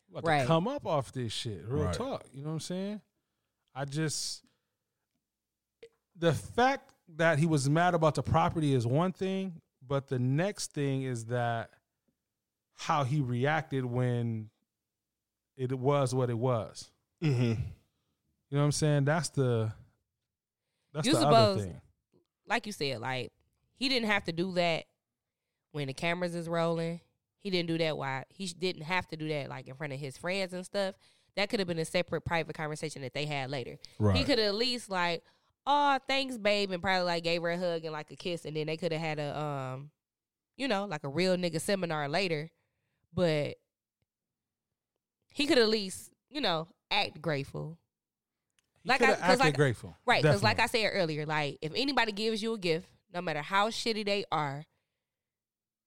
we about Right. to come up off this shit. Real Right. talk. You know what I'm saying? I just the fact that he was mad about the property is one thing, but the next thing is that how he reacted when it was what it was. Mm-hmm. You know what I'm saying? That's the that's You the other supposed- thing. like you said, like he didn't have to do that when the cameras is rolling. He didn't do that. Why he sh- didn't have to do that, like in front of his friends and stuff. That could have been a separate private conversation that they had later. He Right. could have at least like, oh, thanks, babe, and probably like gave her a hug and like a kiss, and then they could have had a um, you know, like a real nigga seminar later. But he could at least, you know, act grateful. He Like coulda I- 'cause acted like- grateful. Right, because like Definitely. I said earlier, like if anybody gives you a gift, no matter how shitty they are,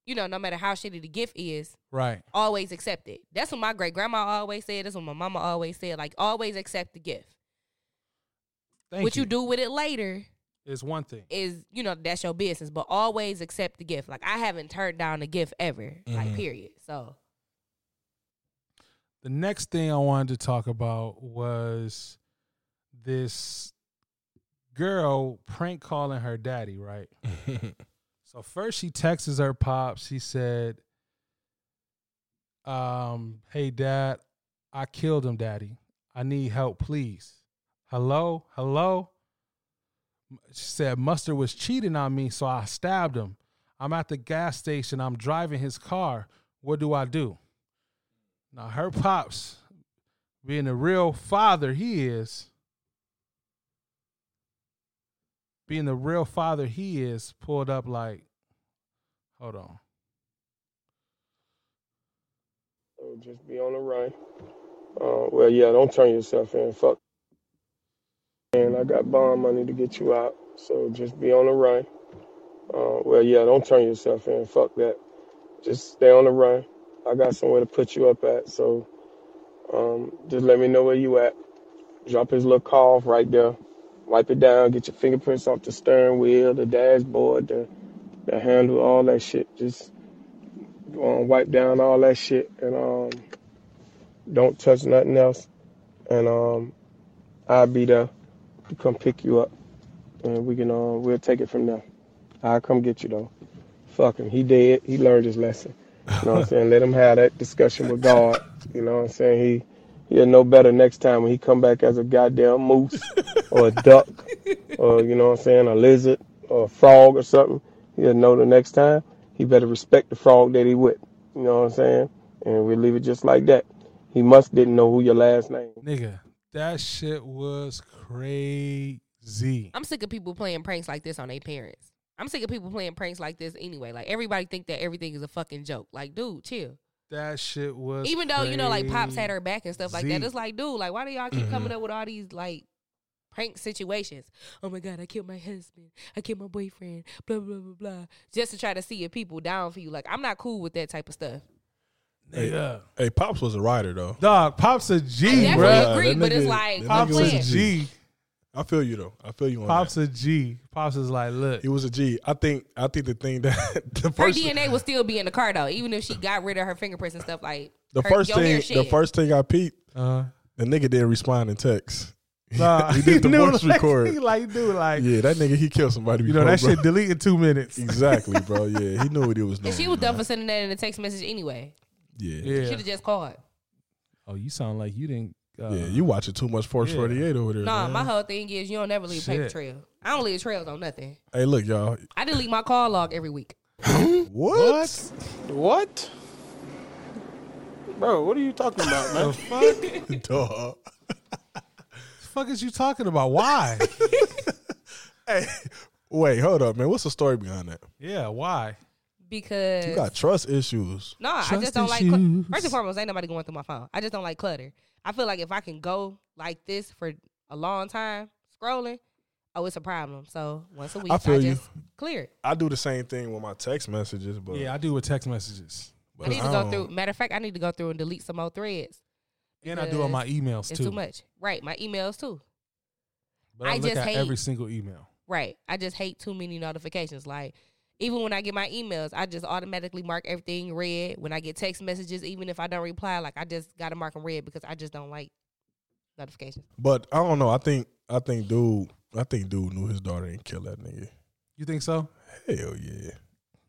you know, no matter how shitty the gift is, Right. always accept it. That's what my great grandma always said. That's what my mama always said. Like always accept the gift. Thank what you. do with it later is one thing. is, you know, that's your business. But always accept the gift. Like I haven't turned down a gift ever. Mm-hmm. Like period. So the next thing I wanted to talk about was this girl prank calling her daddy, right? so first she texts her pops. She said, um, hey dad, I killed him, daddy. I need help, please. Hello? Hello? She said, Mustard was cheating on me, so I stabbed him. I'm at the gas station. I'm driving his car. What do I do? Now her pops, being the real father he is, being the real father he is, pulled up like, hold on. Just be on the run. Uh, well, yeah, don't turn yourself in. Fuck. And I got bond money to get you out. So just be on the run. Uh, well, yeah, don't turn yourself in. Fuck that. Just stay on the run. I got somewhere to put you up at. So um, just let me know where you at. Drop his little car off right there. Wipe it down. Get your fingerprints off the steering wheel, the dashboard, the, the handle, all that shit. Just um, wipe down all that shit and um, don't touch nothing else. And um, I'll be there to come pick you up, and we can uh, we'll take it from there. I'll come get you though. Fuck him. He dead. He learned his lesson. You know what I'm saying? Let him have that discussion with God. You know what I'm saying? He he'll know better next time when he come back as a goddamn moose or a duck or uh, you know what I'm saying, a lizard or a frog or something. He'll know the next time. He better respect the frog that he with. You know what I'm saying? And we leave it just like that. He must didn't know who your last name. Nigga, that shit was crazy. I'm sick of people playing pranks like this on their parents. I'm sick of people playing pranks like this anyway. Like everybody think that everything is a fucking joke. Like, dude, chill. That shit was even though you know like pops had her back and stuff like that crazy. it's like dude like why do y'all keep Mm-hmm. coming up with all these like prank situations oh my god i killed my husband i killed my boyfriend blah blah blah blah just to try to see if people down for you like i'm not cool with that type of stuff Nigga. Hey, Pops was a rider though. Dog, pops a G, I bro. definitely agree, that but it's nigga- like, that Pops nigga was a G. I feel you though. I feel you on Pops that. a G. Pops is like, look, He was a G. I think. I think the thing that the her first dna will still be in the car though even if she got rid of her fingerprints and stuff like the her- first your hair thing the shed. first thing I peeped, uh, the nigga didn't respond in text. nah. he did the knew, voice like, record. He like, dude, like, Yeah, that nigga he killed somebody. you know, before, that bro. shit delete in two minutes. Exactly, bro. Yeah, he knew what he was doing. and she was man. done for sending that in a text message anyway Yeah. yeah. Yeah. should have just called Oh, you sound like you didn't. Uh, you watching too much Force Yeah. 48 over there. nah man. my whole thing is you don't ever leave a paper Shit. trail i don't leave trails on nothing hey, look, y'all. i delete my call log every week What? what? What? Bro, what are you talking about, man? the fuck? Duh. fuck is you talking about? Why? Hey, wait, hold up, man. What's the story behind that? yeah, why? because You got trust issues. No, I Trust just don't like. Cl- issues. First and foremost, ain't nobody going through my phone. I just don't like clutter. I feel like if I can go like this for a long time scrolling, oh, it's a problem. So once a week, I, feel you. just clear it. I do the same thing with my text messages, but Yeah, I do with text messages, but I need to I go don't- through. Matter of fact, I need to go through and delete some old threads. and I do on my emails It's too. too much. Right, my emails too. But I, I look just at hate- every single email. Right, I just hate too many notifications. Like even when I get my emails, I just automatically mark everything red. When I get text messages, even if I don't reply, like I just gotta mark them red because I just don't like notifications. But I don't know. I think I think dude I think dude knew his daughter didn't kill that nigga. You think so? Hell yeah.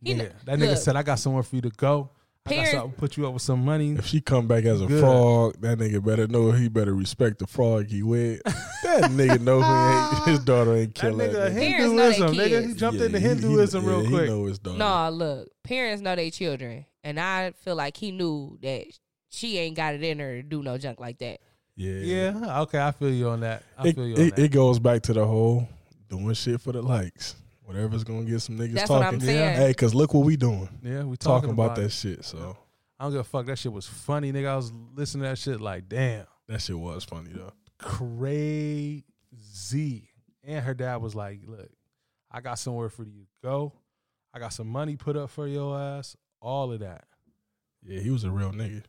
He yeah. kn- that nigga look. said, I got somewhere for you to go. I got Parents- something to put you up with some money. If she come back as a Good. frog, that nigga better know he better respect the frog he with. that nigga know he ain't, his daughter ain't That kill that nigga nigga. Parents know Hinduism, they nigga. He kids. jumped Yeah, into he- he- Hinduism yeah, real he quick. know his daughter. No, look, parents know their children, and I feel like he knew that she ain't got it in her to do no junk like that. Yeah. Yeah, okay, I feel you on that. I It, feel you on it, that. it goes back to the whole doing shit for the likes. Whatever's gonna get some niggas That's what I'm talking. saying. Hey, cause look what we doing. yeah, we talking, Talking, about, it. that shit. So I don't give a fuck. That shit was funny, nigga. I was listening to that shit like, damn, that shit was funny though. crazy. And her dad was like, look, I got somewhere for you to go. I got some money put up for your ass. All of that. Yeah, he was a real nigga.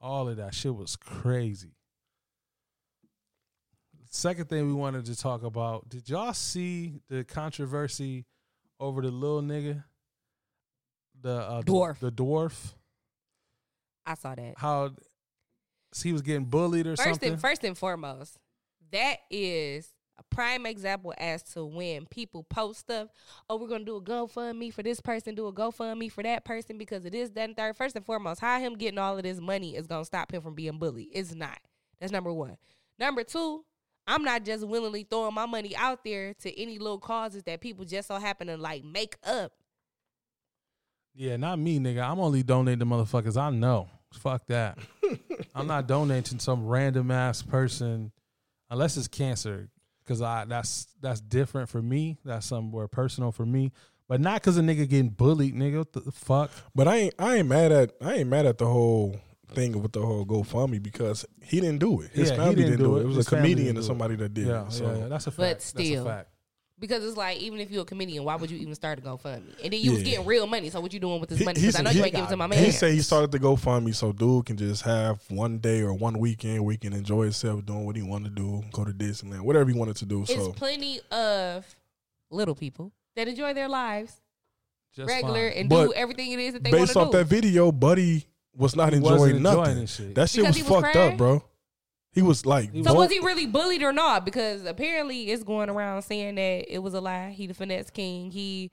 All of that shit was crazy. Second thing we wanted to talk about, did y'all see the controversy over the little nigga? The uh, the- Dwarf. The, dwarf. I saw that. How he was getting bullied or First something. and first and foremost, that is a prime example as to when people post stuff. Oh, we're gonna do a GoFundMe for this person, do a GoFundMe for that person because it is that and third. First and foremost, how him getting all of this money is gonna stop him from being bullied? It's not. That's number one. Number two, I'm not just willingly throwing my money out there to any little causes that people just so happen to like make up. Yeah, not me, nigga. I'm only donating to motherfuckers I know. Fuck that. I'm not donating to some random ass person unless it's cancer. Cause I that's that's different for me. That's something more personal for me. But not cause a nigga getting bullied, nigga. What the fuck? But I ain't I ain't mad at I ain't mad at the whole thing with the whole GoFundMe because he didn't do it. His Yeah, he family didn't, do it. It was His a family comedian didn't or do it. somebody that did yeah, it. So yeah, yeah, that's a fact. But that's a still. fact. Because it's like, even if you're a comedian, why would you even start a GoFundMe? And then you was Yeah. getting real money, so what you doing with this money? he Because I know you he- ain't giving it to my he man. said he started the GoFundMe so dude can just have one day or one weekend where he can enjoy himself doing what he wanted to do, go to Disneyland, whatever he wanted to do. It's so plenty of little people that enjoy their lives Just regular fine. and But do everything it is that they want to based do. off that video, Buddy was not He wasn't enjoying enjoying nothing. this shit. That shit Because was, he was fucked crying? up, bro. He was like, He so "Vote was he really bullied or not? Because apparently it's going around saying that it was a lie. He the finesse king. He,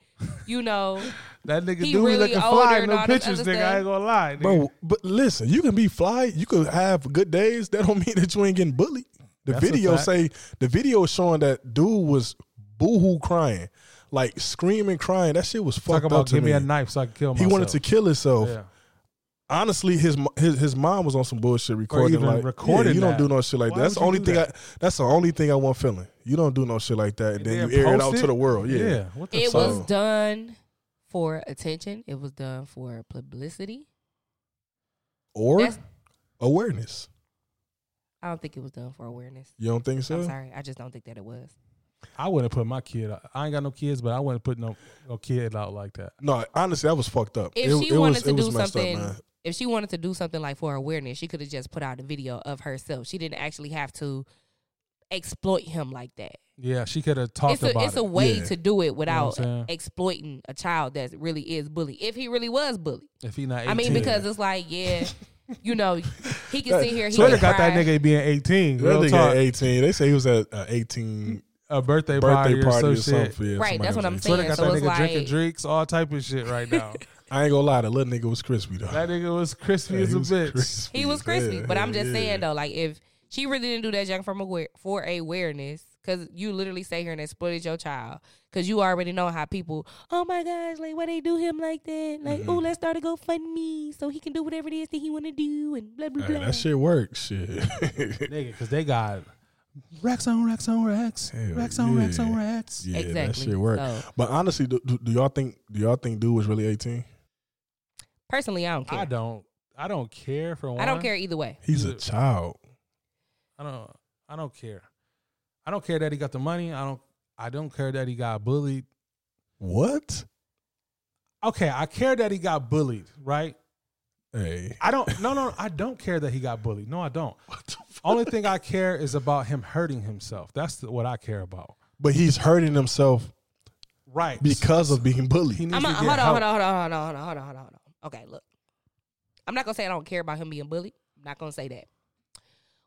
you know, that nigga he dude really looking older fly in and the all this pictures, other nigga. I ain't gonna lie, nigga. Bro, but listen, you can be fly. You could have good days. That don't mean that you ain't getting bullied. The That's a video fact. say the video is showing that dude was boohoo crying, like screaming, crying. That shit was Talk fucked up about to give me me. a knife so I can kill he myself. wanted to kill himself. Yeah. Honestly, his, mo- his his mom was on some bullshit recording. even like, recording yeah, you that. don't do no shit like Why that. That's would the you only do thing. that? I, that's the only thing I want feeling. You don't do no shit like that, and, then, you air it out post to the world. Yeah, yeah. What the it fuck? was done for attention. It was done for publicity. or That's- awareness. I don't think it was done for awareness. You don't think so? I'm sorry. I just don't think that it was. I wouldn't put my kid. out. I ain't got no kids, but I wouldn't put no no kid out like that. No, honestly, that was fucked up. if it, she it wanted was, to it was do messed something, up, man. if she wanted to do something like for awareness, she could have just put out a video of herself. She didn't actually have to exploit him like that. Yeah, she could have talked it's a about it's it. a way yeah. to do it without saying? "Oh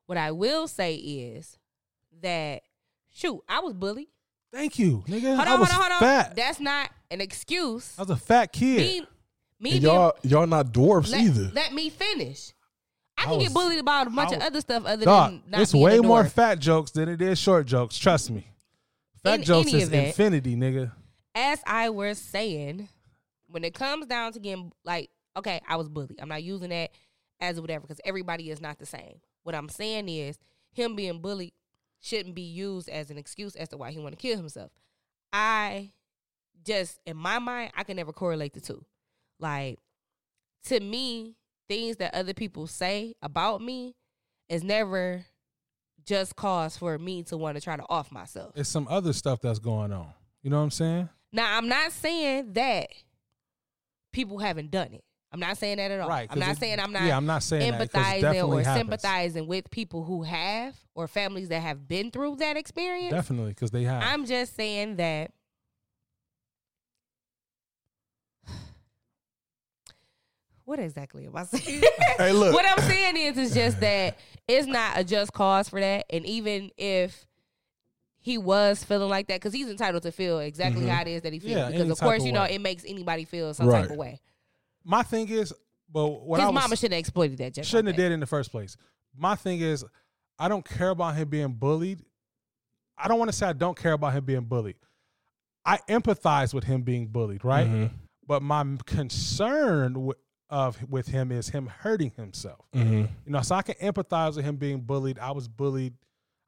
What I will say is that shoot, I was bullied. Thank you, nigga. Hold I on, was hold on, hold on. fat. That's not an excuse. I was a fat kid. Me, me And being- y'all, y'all not dwarfs let, either. let me finish. I, I can get was- bullied about a bunch I of was- other stuff other Dog, than not it's being way a more dork. fat jokes than it is short jokes. Trust me. Fat In jokes any is event- infinity, nigga. as I was saying, when it comes down to getting like, okay, I was bullied. I'm not using that as whatever because everybody is not the same. What I'm saying is him being bullied shouldn't be used as an excuse as to why he want to kill himself. I just in my mind, I can never correlate the two. Like to me, things that other people say about me is never just cause for me to want to try to off myself. It's some other stuff that's going on. You know what I'm saying? Now, I'm not saying that people haven't done it. I'm not saying that at all. Right, 'cause I'm not it- saying I'm not yeah, I'm not saying that, 'cause it empathizing definitely or happens. sympathizing with people who have or families that have been through that experience. Definitely, because they have. I'm just saying that What exactly am I saying? Hey, look. What I'm saying is it's just that it's not a just cause for that. And even if he was feeling like that, because he's entitled to feel exactly how it is that he feels. Mm-hmm. Yeah, because any of type course, of you know, way. it makes anybody feel some type Right. of way. My thing is, but what His I was, mama shouldn't have exploited that. Just shouldn't like have that. did in the first place. My thing is, I don't care about him being bullied. I don't want to say I don't care about him being bullied. I empathize with him being bullied, right? Mm-hmm. But my m- concern w- of with him is him hurting himself. mm-hmm. You know, so I can empathize with him being bullied. I was bullied.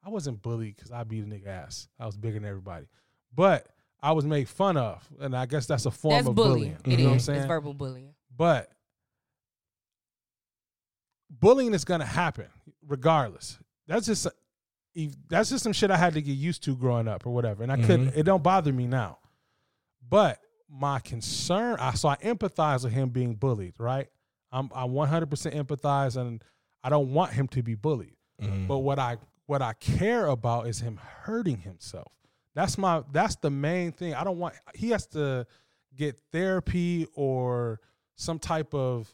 I wasn't bullied because I beat a nigga ass. I was bigger than everybody, but I was made fun of, and I guess that's a form That's of bullying. bullying. It You know what I'm is. It's saying? verbal bullying. But bullying is gonna happen regardless. That's just if- that's just some shit I had to get used to growing up or whatever, and I couldn't. It don't bother me now. But my concern, I so I empathize with him being bullied, right? I'm I 100% empathize, and I don't want him to be bullied. Mm. But what I what I care about is him hurting himself. That's my that's the main thing. I don't want he has to get therapy or some type of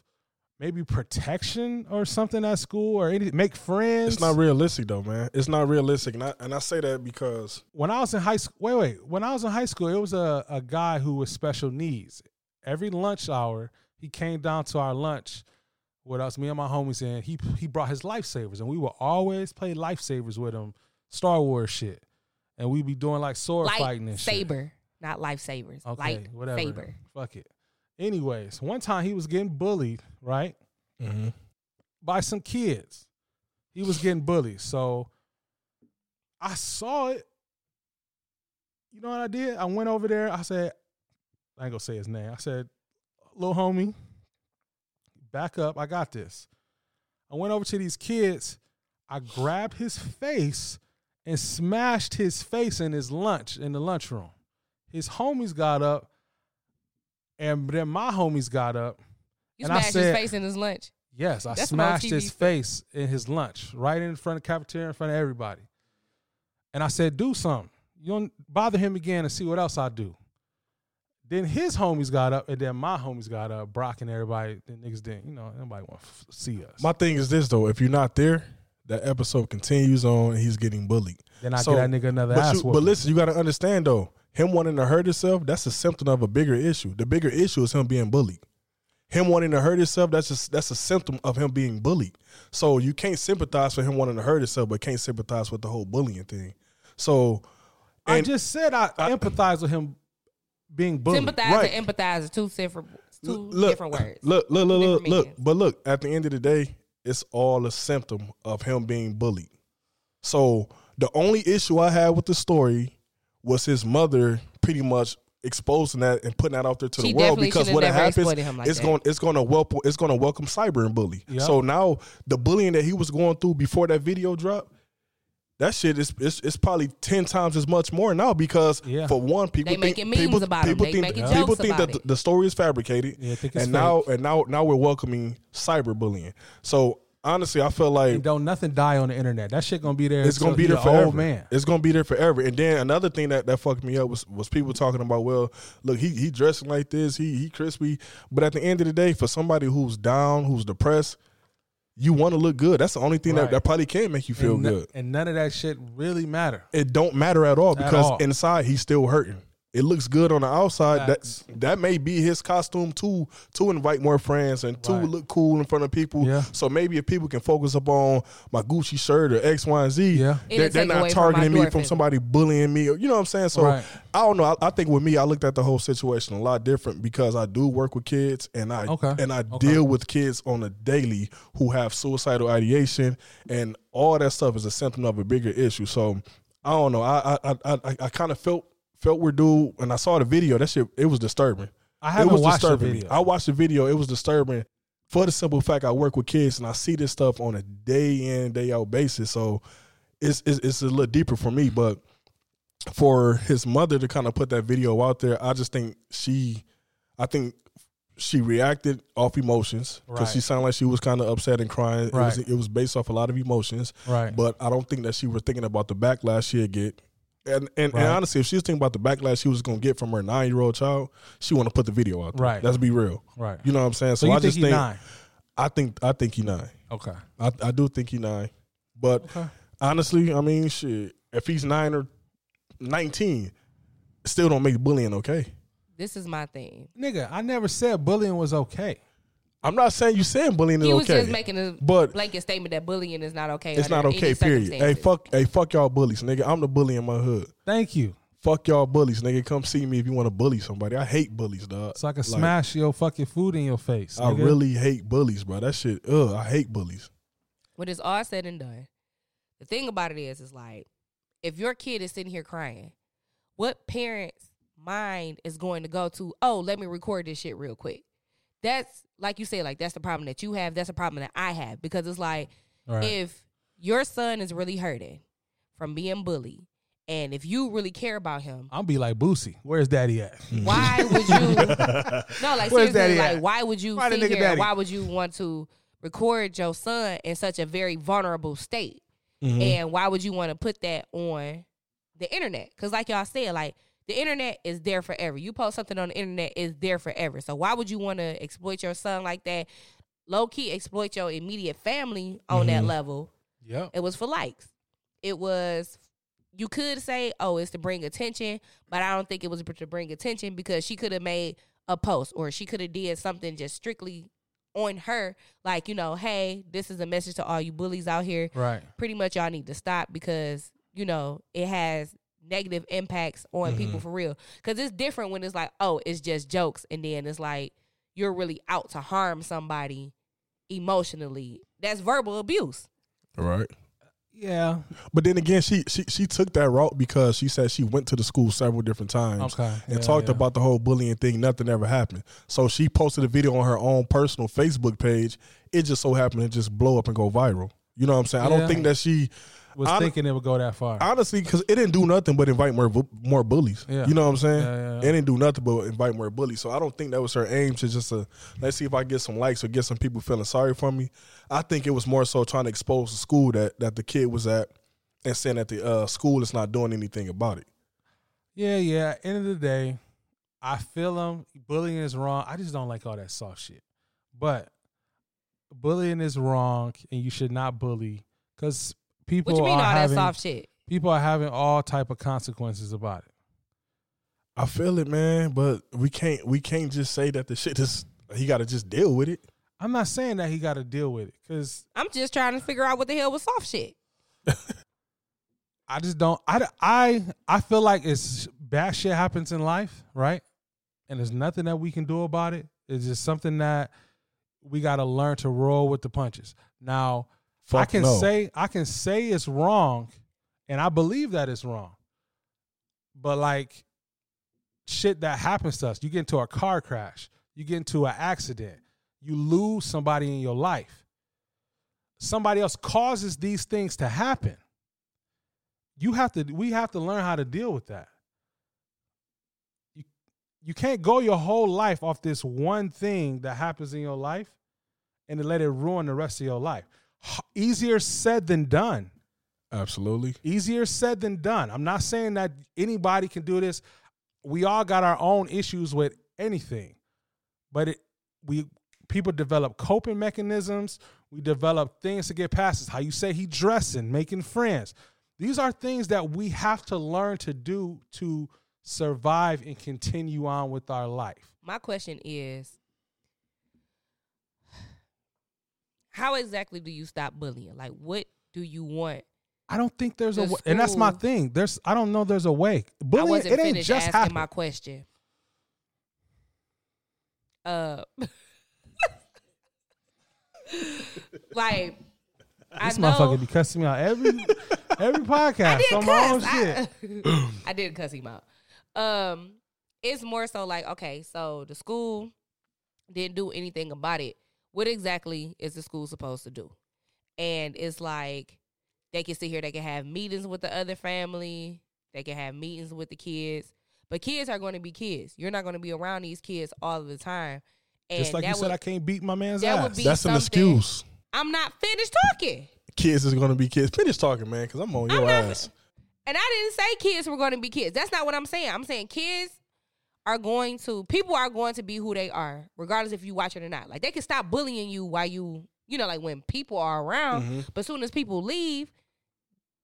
maybe protection or something at school or anything. Make friends. It's not realistic though, man. It's not realistic, and I, and I say that because when I was in high school, wait, wait. When I was in high school, it was a, a guy who was special needs. Every lunch hour, he came down to our lunch with us, me and my homies, and he he brought his lifesavers, and we would always play lifesavers with him, Star Wars shit, and we'd be doing like sword fighting and shit. Lightsaber, not lifesavers. Okay, Light whatever. saber. Fuck it. Anyways, one time he was getting bullied, right? By some kids. He was getting bullied. So I saw it. You know what I did? I went over there. I said, I ain't gonna say his name. I said, little homie, back up. I got this. I went over to these kids. I grabbed his face and smashed his face in his lunch in the lunchroom. His homies got up, and then my homies got up. You And I smashed said- his face in his lunch. Yes, I That's what on smashed his TV face in his lunch right in front of the cafeteria in front of everybody. And I said, "Do something. You don't bother him again and see what else I do." Then his homies got up, and then my homies got up. Brock and everybody, the niggas didn't, you know, nobody want to f- see us. my thing is this though: if you're not there, that episode continues on, and he's getting bullied. Then I get that nigga another but ass you- But whooping. listen, you got to understand though: him wanting to hurt himself, that's a symptom of a bigger issue. The bigger issue is him being bullied. Him wanting to hurt himself, that's just that's a symptom of him being bullied. So you can't sympathize for him wanting to hurt himself, but can't sympathize with the whole bullying thing. So I and- just said I, empathize with him being bullied. Sympathize right. and empathize are two different, two L- look, different words. Look, look, look, Different look, look. meanings. But look, at the end of the day, it's all a symptom of him being bullied. So the only issue I had with the story was his mother pretty much exposing that and putting that out there to She the world definitely because should've what never happens exploited him like it's that. going it's going to welcome it's going to welcome cyber and bully. Yeah. So now the bullying that he was going through before that video dropped that shit is it's, it's probably ten times as much more now because Yeah. for one people They think making memes people, about 'em. people They think making people jokes think about that the, it. the story is fabricated Yeah, I think it's and now and now now we're welcoming cyberbullying. So honestly, I feel like And don't nothing die on the internet. That shit gonna be there. it's gonna till be he there a forever. Old man. It's gonna be there forever. And then another thing that, that fucked me up was was people talking about, well, look, he he dressing like this, he he crispy. But at the end of the day, for somebody who's down, who's depressed, you want to look good. That's the only thing Right. that, that probably can make you feel and no- good. and none of that shit really matter. it don't matter at all At because all. inside he's still hurting. It looks good on the outside. Facts. That that may be his costume too to invite more friends and to Right. look cool in front of people. Yeah. So maybe if people can focus upon my Gucci shirt or X, Y, and Z, Yeah. It'll they're, they're take not away from my targeting me door from feeling. somebody bullying me. Or, you know what I'm saying? So Right. I don't know. I, I think with me, I looked at the whole situation a lot different because I do work with kids and I Okay. and I Okay. deal with kids on a daily who have suicidal ideation and all that stuff is a symptom of a bigger issue. So I don't know. I I I, I, I kind of felt felt we're dude and I saw the video. That shit it was disturbing. I it haven't was watched the disturbing. video. I watched the video. It was disturbing for the simple fact I work with kids and I see this stuff on a day in day out basis. So it's it's, it's a little deeper for me, but for his mother to kind of put that video out there, I just think she, I think she reacted off emotions because she Right. sounded like she was kind of upset and crying. It, was, Right. it was based off a lot of emotions, Right. but I don't think that she was thinking about the backlash she'd get. And and, and Right. honestly, if she was thinking about the backlash she was gonna get from her nine year old child, she want to put the video out. There. Right. Let's be real. Right. You know what I'm saying? So, so you I think just he think nine? I think I think he nine. Okay. I, I do think he nine, but Okay. honestly, I mean, shit. If he's nine or nineteen, still don't make bullying okay. This is my thing. Nigga, I never said bullying was okay. I'm not saying you saying bullying is He was okay, just making a but blanket statement that bullying is not okay. it's not under any okay. Period. Hey, circumstances. fuck. Hey, fuck y'all bullies, nigga. I'm the bully in my hood. Thank you. Fuck y'all bullies, nigga. Come see me if you want to bully somebody. I hate bullies, dog. So I can smash your fucking food in your face. I nigga. really hate bullies, bro. That shit. Ugh, I hate bullies. when it's all said and done, the thing about it is, is like if your kid is sitting here crying, what parent's mind is going to go to? Oh, let me record this shit real quick. That's like you said, like that's the problem that you have. That's a problem that I have because it's like Right. if your son is really hurting from being bullied, and if you really care about him, I'll be like Boosie. Where's Daddy at? Mm. why would you? No, like seriously, Where's daddy at? like why would you Why the sit nigga here? daddy? Why would you want to record your son in such a very vulnerable state? Mm-hmm. And why would you want to put that on the internet? Because like y'all said, like the internet is there forever. You post something on the internet is there forever. So why would you want to exploit your son like that? Low key exploit your immediate family on Mm-hmm. that level. Yep. It was for likes. It was. You could say, "Oh, it's to bring attention," but I don't think it was to bring attention because she could have made a post or she could have did something just strictly on her, like you know, "Hey, this is a message to all you bullies out here. Right. Pretty much, y'all need to stop because you know it has negative impacts on people for real. Because it's different when it's like, oh, it's just jokes, and then it's like you're really out to harm somebody emotionally. That's verbal abuse." Right. Yeah. But then again, she she she took that route because she said she went to the school several different times Okay, and yeah, talked yeah. about the whole bullying thing. Nothing ever happened. So she posted a video on her own personal Facebook page. It just so happened to just blow up and go viral. You know what I'm saying? I Yeah. don't think that she Was Hon- thinking it would go that far. honestly because it didn't do nothing but invite more bu- more bullies. Yeah. You know what I'm saying? Yeah, yeah, yeah. It didn't do nothing but invite more bullies. So I don't think that was her aim to just uh let's see if I get some likes or get some people feeling sorry for me. I think it was more so trying to expose the school that that the kid was at and saying that the uh, school is not doing anything about it. yeah, yeah. End of the day, I feel him. Bullying is wrong. I just don't like all that soft shit. But bullying is wrong, and you should not bully because people What you mean all are that having soft shit? people are having all type of consequences about it. I feel it, man, but we can't we can't just say that the shit is he got to just deal with it. I'm not saying that he got to deal with it because I'm just trying to figure out what the hell was soft shit. I just don't. I I I feel like it's bad shit happens in life, right? And there's nothing that we can do about it. It's just something that we got to learn to roll with the punches. Now, I Fuck can no. say I can say it's wrong, and I believe that it's wrong. But like shit that happens to us, you get into a car crash, you get into an accident, you lose somebody in your life. Somebody else causes these things to happen you have to we have to learn how to deal with that you, you can't go your whole life off this one thing that happens in your life and then let it ruin the rest of your life H- easier said than done Absolutely. easier said than done i'm not saying that anybody can do this we all got our own issues with anything but it we people develop coping mechanisms We develop things to get past this. How you say he dressing, making friends. These are things that we have to learn to do to survive and continue on with our life. My question is how exactly do you stop bullying? Like what do you want? I don't think there's a The way, and that's my school- thing. There's I don't know there's a way. Bullying I wasn't it ain't finished just asking happen. my question. Uh like I this know motherfucker be cussing me out every every podcast did on my own cuss. shit. I, I did cuss him out. Um, it's more so like, okay, so the school didn't do anything about it. What exactly is the school supposed to do? And it's like they can sit here, they can have meetings with the other family, they can have meetings with the kids. But kids are going to be kids. You're not going to be around these kids all the time. And Just like eh, that you said, would, I can't beat my man's that would ass. be That's an something- excuse. I'm not finished talking. Kids is gonna be kids. Finish talking, man, because I'm on your I'm not- ass. And I didn't say kids were going to be kids. That's not what I'm saying. I'm saying kids are going to people are going to be who they are, regardless if you watch it or not. Like they can stop bullying you while you you know like when people are around, Mm-hmm. but soon as people leave,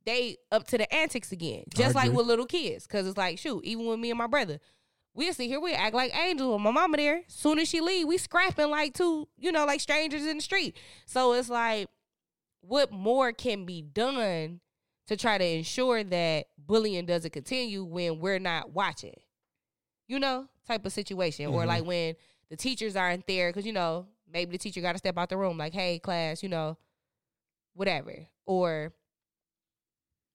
they up to the antics again. Just like agree. with little kids, because it's like shoot, even with me and my brother. We'll sit here, we act like angels with my mama there. Soon as she leave, we scrapping like two, you know, like strangers in the street. So it's like, what more can be done to try to ensure that bullying doesn't continue when we're not watching, you know, type of situation, or like when the teachers aren't there because you know maybe the teacher got to step out the room, like, hey, class, you know, whatever, or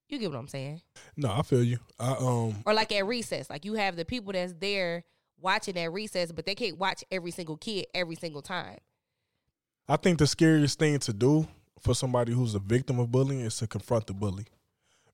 you get what I'm saying, No, I feel you. I um or like at recess, like you have the people that's there watching at recess, but they can't watch every single kid every single time. I think the scariest thing to do for somebody who's a victim of bullying is to confront the bully.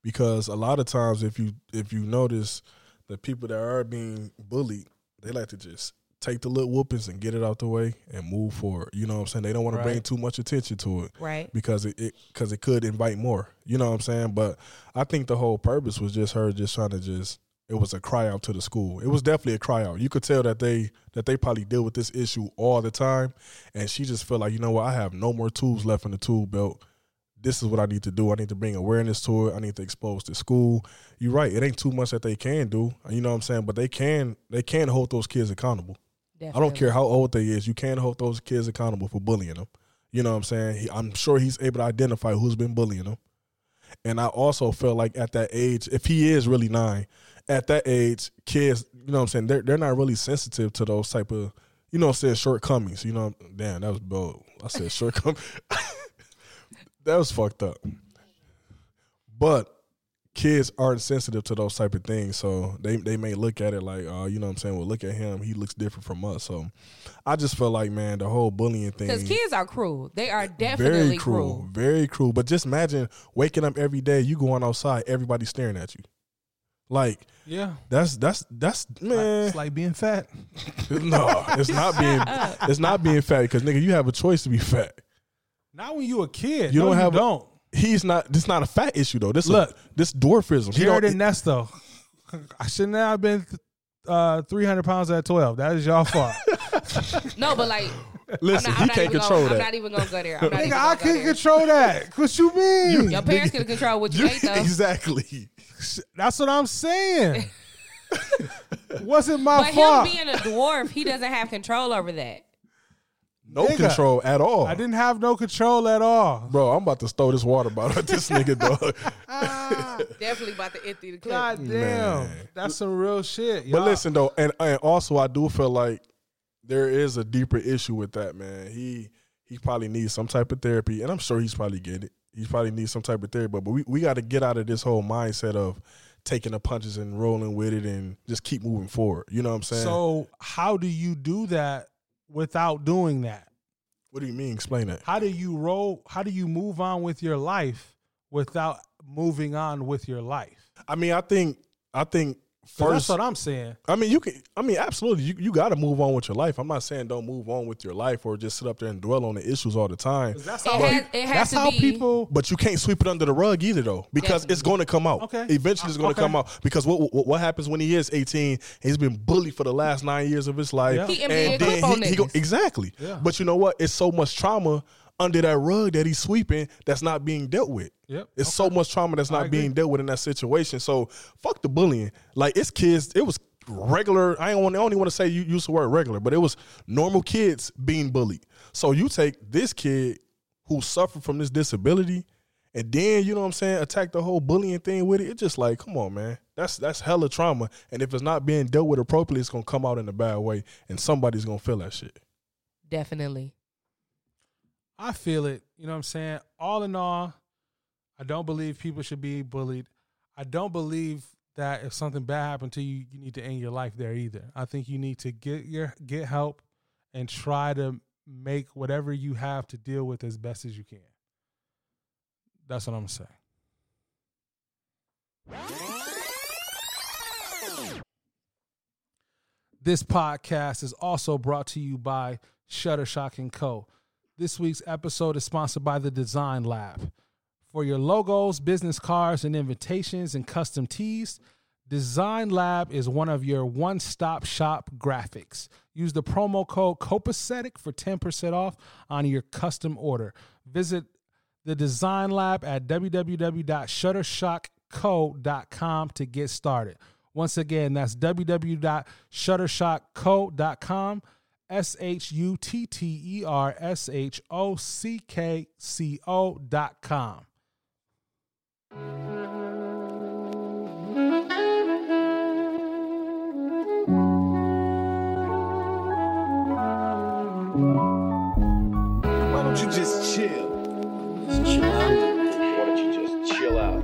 Because a lot of times if you if you notice the people that are being bullied, they like to just take the little whoopings and get it out the way and move forward. You know what I'm saying? They don't want to bring Right. too much attention to it. Right. Because it, it cause it could invite more. You know what I'm saying? But I think the whole purpose was just her just trying to just it was a cry out to the school. It was definitely a cry out. You could tell that they that they probably deal with this issue all the time, and she just felt like you know what, I have no more tools left in the tool belt. This is what I need to do. I need to bring awareness to it. I need to expose to school. You're right. It ain't too much that they can do. You know what I'm saying? But they can they can hold those kids accountable. I don't care how old they is. You can hold those kids accountable for bullying them. You know what I'm saying? He, I'm sure he's able to identify who's been bullying them. And I also feel like at that age, if he is really nine, at that age, kids, you know what I'm saying, they're they're not really sensitive to those type of, you know what I'm saying, shortcomings. You know, damn, that was bold. I said shortcoming. that was fucked up. But kids aren't sensitive to those type of things. So they they may look at it like, uh, you know what I'm saying, well look at him, he looks different from us. So I just feel like, man, the whole bullying thing because kids are cruel. They are definitely very cruel. cruel, very cruel. But just imagine waking up every day, you going outside, everybody staring at you. Like Yeah. that's that's that's man. It's like being fat. no, it's not being it's not being fat because nigga, you have a choice to be fat. Not when you a kid. You No, don't have a- don't. He's not. This not a fat issue though. This Look. look this dwarfism. He Jared don't- and Nesto. I should not have been uh, 300 pounds at 12. That is y'all fault. No, but like listen, I'm he not can't even control gonna, I'm that. not even gonna go there. I'm not even Nigga, gonna I go couldn't there. control that. What you mean? Your parents could control what you ate though. exactly. That's what I'm saying. Wasn't my But him fault. being a dwarf, he doesn't have control over that. No Nigga. control at all. I didn't have no control at all. Bro, I'm about to throw this water bottle at this nigga, dog. Definitely about to empty the clip. God damn. Man. That's some real shit. But y'all. listen though, and, and also I do feel like there is a deeper issue with that man. He he probably needs some type of therapy, and I'm sure he's probably get it. He probably needs some type of therapy, but, but we we got to get out of this whole mindset of taking the punches and rolling with it and just keep moving forward. You know what I'm saying? So, how do you do that without doing that? what do you mean? Explain that. How do you roll? How do you move on with your life without moving on with your life? I mean, I think I think 'Cause first. that's what I'm saying. I mean, you can. I mean, absolutely. You you got to move on with your life. I'm not saying don't move on with your life or just sit up there and dwell on the issues all the time. 'Cause That's It how, has- it has that's to how be- people. But you can't sweep it under the rug either, though, because it's going to come out. Okay. Eventually, it's going Okay. to come out. Because what, what what happens when he is 18? He's been bullied for the last nine years of his life. Yeah. He NBA clip on he, he go, niggas. exactly. Yeah. But you know what? It's so much trauma under that rug that he's sweeping that's not being dealt with. Yep. It's so much trauma that's I not agree. being dealt with in that situation. So fuck the bullying. Like it's kids. It was regular. I don't want. I only want to say you use the word regular, but it was normal kids being bullied. So you take this kid who suffered from this disability, and then you know what I'm saying. Attack the whole bullying thing with it. It's just like, come on, man. That's that's hella trauma. And if it's not being dealt with appropriately, it's gonna come out in a bad way, and somebody's gonna feel that shit. Definitely. I feel it. You know what I'm saying? All in all, I don't believe people should be bullied. I don't believe that if something bad happened to you, you need to end your life there either. I think you need to get your get help and try to make whatever you have to deal with as best as you can. That's what I'm saying. This podcast is also brought to you by Shutterstock and Co. This week's episode is sponsored by the Design Lab. For your logos, business cards, and invitations and custom tees, Design Lab is one of your one stop shop graphics. Use the promo code COPACETIC for 10% off on your custom order. Visit the Design Lab at www.shuttershockco.com to get started. Once again, that's www.shuttershockco.com. S H U T T E R S H O C K C O dot com. Why don't you just chill? Why don't you just chill out?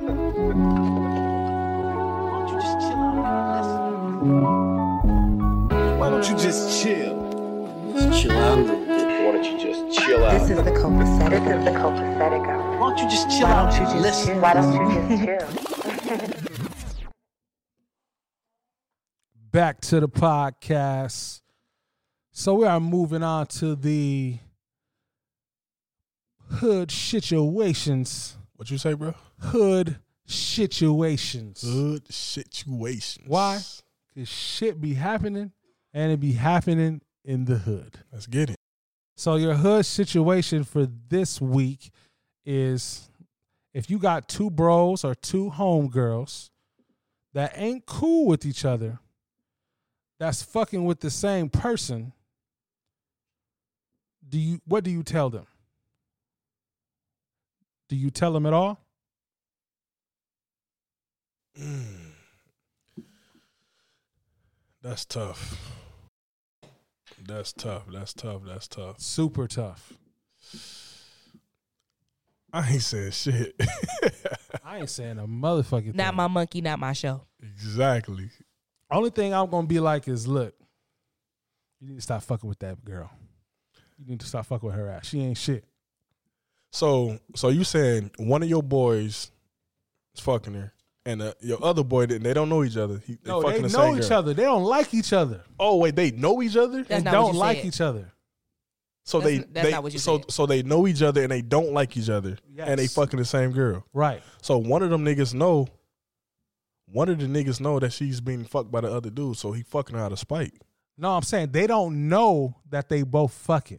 Why don't you just chill? Why don't you just chill This out? is the copacetic. This is the copacetic hour. Why don't you just chill Why don't you just chill? Why don't you just chill? Back to the podcast. So we are moving on to the hood situations. What you say, bro? Hood situations. Good situation. Why? Cause shit be happening and it be happening in the hood. Let's get it. So your hood situation for this week is if you got two bros or two homegirls that ain't cool with each other, that's fucking with the same person. Do you what do you tell them? Do you tell them at all? That's tough. That's tough. That's tough. That's tough. Super tough. I ain't saying shit. I ain't saying a motherfucking Not thing. my monkey, not my show. exactly. Only thing I'm gonna be like is, look, you need to stop fucking with that girl. You need to stop fucking with her ass. She ain't shit. So, so you saying one of your boys is fucking her, and uh, your other boy didn't? They don't know each other. He, they No, fucking they the know same each girl. other. They don't like each other. Oh wait, they know each other. That's they not what don't you like said. each other. So That's- they that's they not what you so said. so they know each other and they don't like each other, and they Yes. fucking the same girl. Right. So one of them niggas know. One of the niggas know that she's being fucked by the other dude, so he fucking her out of spite. No, I'm saying they don't know that they both fucking.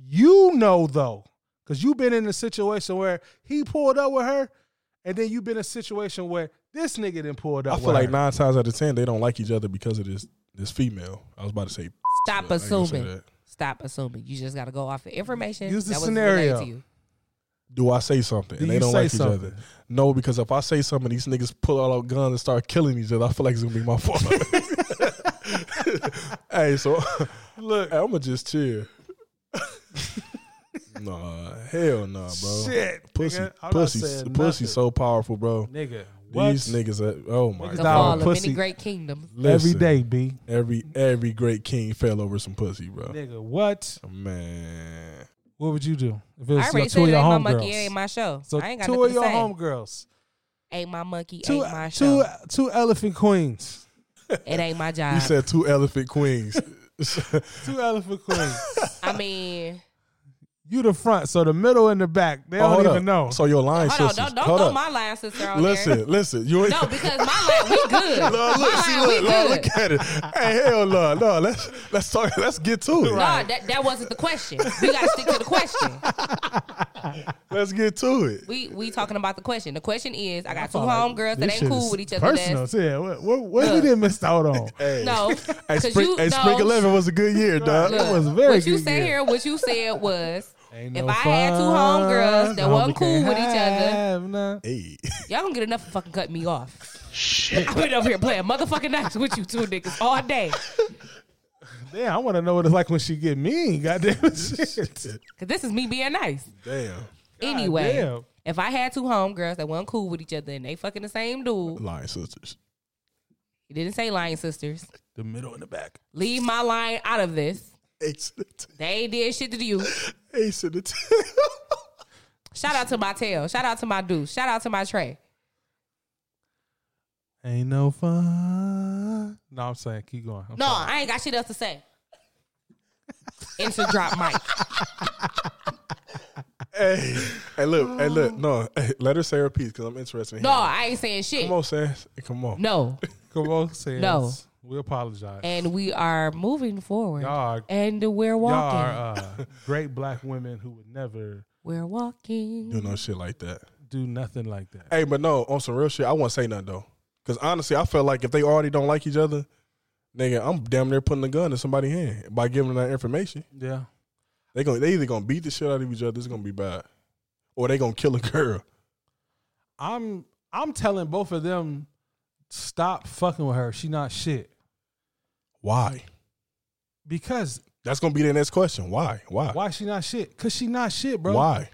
You know though, because you've been in a situation where he pulled up with her, and then you've been in a situation where this nigga didn't pull up. I with feel like her. nine times out of ten they don't like each other because of this this female. I was about to say Stop but I ain't gonna say assuming. that. Stop assuming. You just gotta go off the information Use the that was relayed scenario. to you. Do I say something? Do and they you don't say like each something? other. No, because if I say something, these niggas pull out our guns and start killing each other. I feel like it's gonna be my fault. hey, so look, I'm gonna just chill. nah, hell nah, bro. Shit, pussy, nigga, I'm not pussy, saying pussy, nothing. so powerful, bro. nigga, what? These niggas, are, oh my Niggas The Dog, fall god, of pussy. many great kingdoms. every Listen, day, b every every great king fell over some pussy, bro. nigga, what? Man, What would you do if it I was your, already two said of it your ain't my homegirls? monkey, it ain't my show. so I ain't got two of nothing to say. your homegirls, ain't my monkey, two ain't my two uh, show. two elephant queens, It ain't my you job. said two elephant queens. two elephant queens. I mean, You the front, so the middle and the back. They Oh, don't hold even up. know. So your line Hold on, sisters. don't, don't hold throw up. my line sister on listen, there. listen. You ain't. No, because my line, we good. Lord, look, my see, line, look, we Lord, good. look at it. Hey, hell no, no. Let's let's talk. Let's get to it. No, that, that wasn't the question. We gotta stick to the question. Let's get to it. We we talking about the question. The question is, I got two Thought, like, homegirls this that ain't shit cool is with each other. Personal, That's, yeah. What, what, what we didn't miss out on? no, Hey, because spring, you hey, no, spring eleven was a good year, dog. Look, was very what you good said year. here, what you said was, Ain't if no I had two fun, homegirls that no, wasn't we cool can't with each other, have none. Hey, y'all don't get enough to fucking cut me off. Shit, I've been over here playing motherfucking nice with you two niggas all day. Damn, I want to know what it's like when she get mean. Goddamn shit. Cause this is me being nice. damn, anyway, damn. if I had two homegirls that wasn't cool with each other and they fucking the same dude, lion sisters. he didn't say lying sisters. The middle and the back. Leave my line out of this. Ace in the tail. They ain't did shit to you. Ace in the tail. Shout out to my tail. Shout out to my dude. Shout out to my Trey. Ain't no fun. No, I'm saying keep going. I'm No, sorry. I ain't got shit else to say. Instant drop mic. hey, hey, look, hey, look. No, hey, let her say her piece because I'm interested. In No, hearing it. I ain't saying shit. come on, Sans. Come on. No. Come on, says, No. We apologize. And we are moving forward. y'all are, And we're y'all walking. are uh, great black women who would never we're You walking. know shit like that. do nothing like that. Hey, but no, on some real shit, I won't say nothing though. Cause honestly, I feel like if they already don't like each other, nigga, I'm damn near putting a gun in somebody's hand by giving them that information. Yeah. They gonna they either gonna beat the shit out of each other, it's gonna be bad. Or they gonna kill a girl. I'm I'm telling both of them stop fucking with her. She not shit. Why? Because That's gonna be the next question. Why? Why? why she not shit? Cause she not shit, bro. Uh. Why?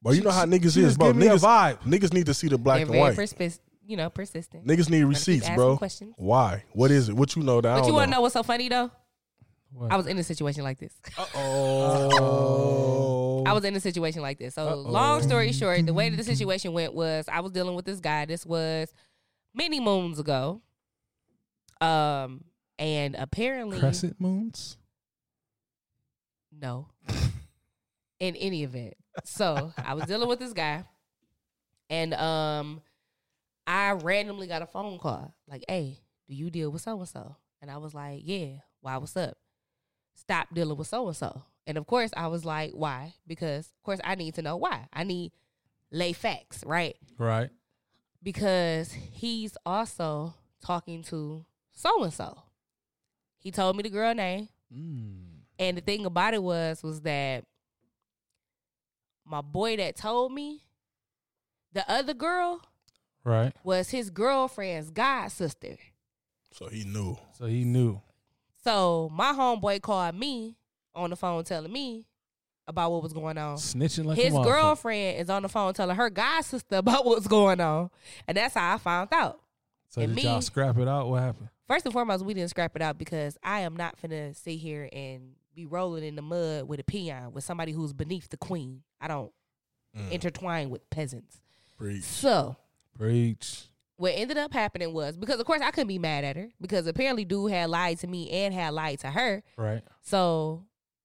Bro, you She- know how she- niggas she is, just bro. give me a Niggas, vibe. niggas need to see the black They're and very white. perspi- you know, persistent. niggas need keep receipts, asking bro. questions. Why? What is it? What you know that I But don't you wanna know? know what's so funny though? What? I was in a situation like this. Oh. I was in a situation like this. So, long story short, the way that the situation went was I was dealing with this guy. This was many moons ago. Um, and apparently, Crescent moons. no. in any event, so I was dealing with this guy, and um, I randomly got a phone call like, "Hey, do you deal with so and so?" And I was like, "Yeah." Why? What's up? Stop dealing with so and so. And of course, I was like, "Why?" Because of course, I need to know why. I need lay facts, right? Right. because he's also talking to so and so. He told me the girl name, Mm. and the thing about it was was that my boy that told me the other girl Right. was his girlfriend's god sister. So he knew. So he knew. So my homeboy called me on the phone telling me about what was going on. Snitching like a Oh. his motherfucker. girlfriend is on the phone telling her god sister about what's going on, and that's how I found out. So and did y'all me. scrap it out? What happened? First and foremost, we didn't scrap it out because I am not finna sit here and be rolling in the mud with a peon with somebody who's beneath the queen. I don't intertwine with peasants. Preach. So Preach. what ended up happening was because of course I couldn't be mad at her because apparently dude had lied to me and had lied to her. Right. So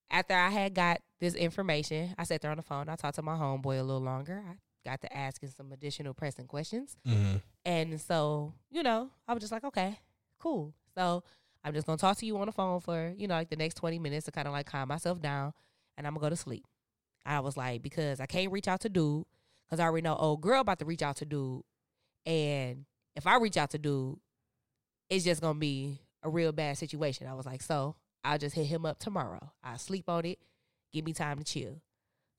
after I had got this information, I sat there on the phone. I talked to my homeboy a little longer. I got to asking some additional pressing questions. Mhm. And so, you know, I was just like, okay, cool. So I'm just gonna talk to you on the phone for, you know, like the next 20 minutes to kind of like calm myself down and I'm gonna go to sleep. I was like, because I can't reach out to dude, because I already know old girl about to reach out to dude. And if I reach out to dude, it's just gonna be a real bad situation. I was like, so I'll just hit him up tomorrow. I'll sleep on it, give me time to chill.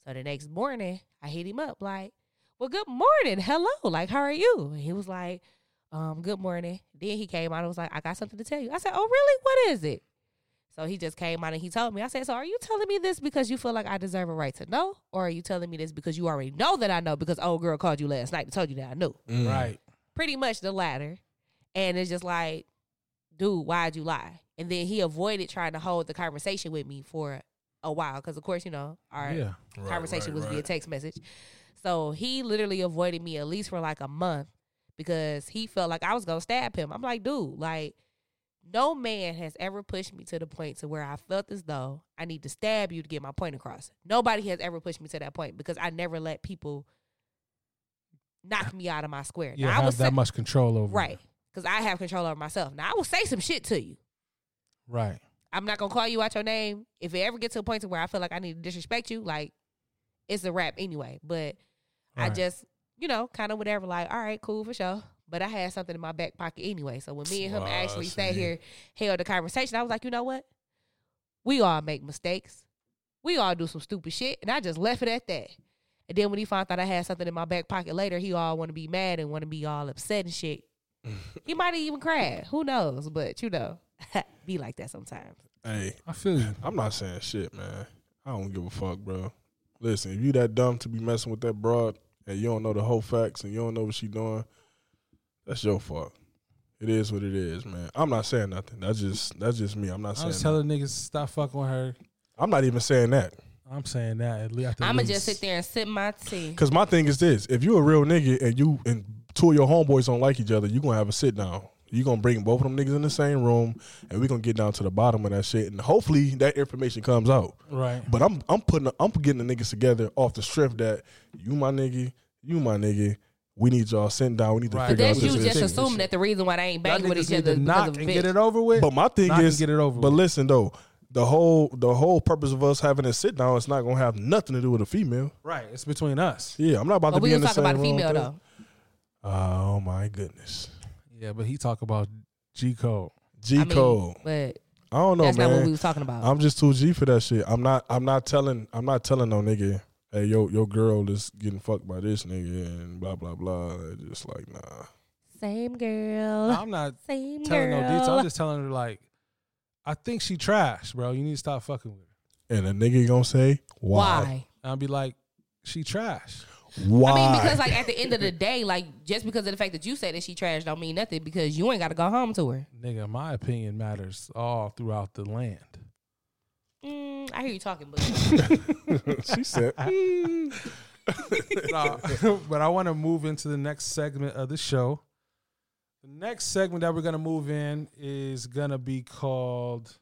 So the next morning, I hit him up like, well, good morning. Hello. Like, how are you? And he was like, um, good morning. Then he came out and was like, I got something to tell you. I said, oh, really? What is it? So he just came out and he told me. I said, so are you telling me this because you feel like I deserve a right to know? Or are you telling me this because you already know that I know because old girl called you last night and told you that I knew? Right. Pretty much the latter. And it's just like, dude, why'd you lie? And then he avoided trying to hold the conversation with me for a while because, of course, you know, our Yeah. Right, conversation right, was via right. text message. So he literally avoided me at least for like a month because he felt like I was gonna stab him. I'm like, dude, like No man has ever pushed me to the point to where I felt as though I need to stab you to get my point across. Nobody has ever pushed me to that point because I never let people knock me out of my square. Yeah, Now, I have would that say- much control over. it. right because I have control over myself. Now I will say some shit to you. Right. I'm not gonna call you out your name. If it ever gets to a point to where I feel like I need to disrespect you, like it's a wrap anyway. But I Right. just, you know, kind of whatever. Like, all right, cool for sure. But I had something in my back pocket anyway. So when me and him Ah, I actually sat see. here, held the conversation, I was like, you know what? We all make mistakes. We all do some stupid shit, and I just left it at that. And then when he found out I had something in my back pocket later, he all want to be mad and want to be all upset and shit. he might even cry. Who knows? But you know, be like that sometimes. Hey, I feel you. I'm not saying shit, man. I don't give a fuck, bro. Listen, if you that dumb to be messing with that broad and you don't know the whole facts and you don't know what she doing, that's your fault. It is what it is, man. I'm not saying nothing. That's just that's just me. I'm not I saying. was telling niggas stop fucking with her. nothing. I'm not even saying that. I'm saying that at least. I'ma just sit there and sip my tea. Cause my thing is this: if you a real nigga and you and two of your homeboys don't like each other, you gonna have a sit down. You gonna bring both of them niggas in the same room, and we gonna get down to the bottom of that shit. And hopefully that information comes out. Right. But I'm I'm putting I'm getting the niggas together off the strip that you my nigga, you my nigga. We need y'all sitting down. We need to Right. figure out That's Because this. you it's this, just ridiculous. this. assuming that the reason why they ain't Y'all banging with niggas each need other to is knock because of and bitch. get it over with. But my thing Knock and is, get it over But with. listen though, the whole the whole purpose of us having a sit down is not gonna have nothing to do with a female. right. It's between us. Yeah, I'm not about But to we be was in the same talking about a room female with though. that. Oh my goodness, Yeah, but he talk about G code. G I mean, code. But I don't know, that's man. not what we was talking about. I'm just too G for that shit. I'm not. I'm not telling. I'm not telling no nigga. Hey, yo, your girl is getting fucked by this nigga and blah blah blah. Just like nah. Same girl. I'm not Same telling girl. no details. I'm just telling her like, I think she trash, bro. You need to stop fucking with her. And a nigga gonna say why? Why? And I'll be like, she trash. Why? I mean, because like at the end of the day, like just because of the fact that you say that she trash don't mean nothing because you ain't got to go home to her. Nigga, my opinion matters all throughout the land. Mm, I hear you talking, but she said. "Mm." Nah, but I want to move into the next segment of the show. The next segment that we're gonna move in is gonna be called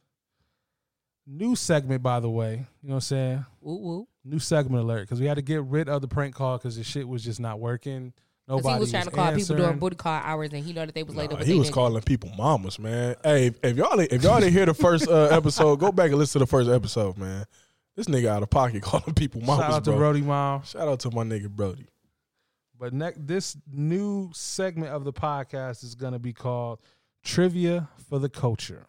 new segment. By the way, you know what I'm saying? woo woo. New segment alert because we had to get rid of the prank call because the shit was just not working. Because Nobody he was trying to call answering. people during booty call hours, and he know that they was late. up Nah, with he they was nigga. calling people mamas, man. Hey, if, if y'all if y'all didn't hear the first uh, episode, go back and listen to the first episode, man. This nigga out of pocket calling people mamas, Shout out to bro. Brody Mom. Shout out to my nigga Brody. But next, this new segment of the podcast is going to be called Trivia for the Culture.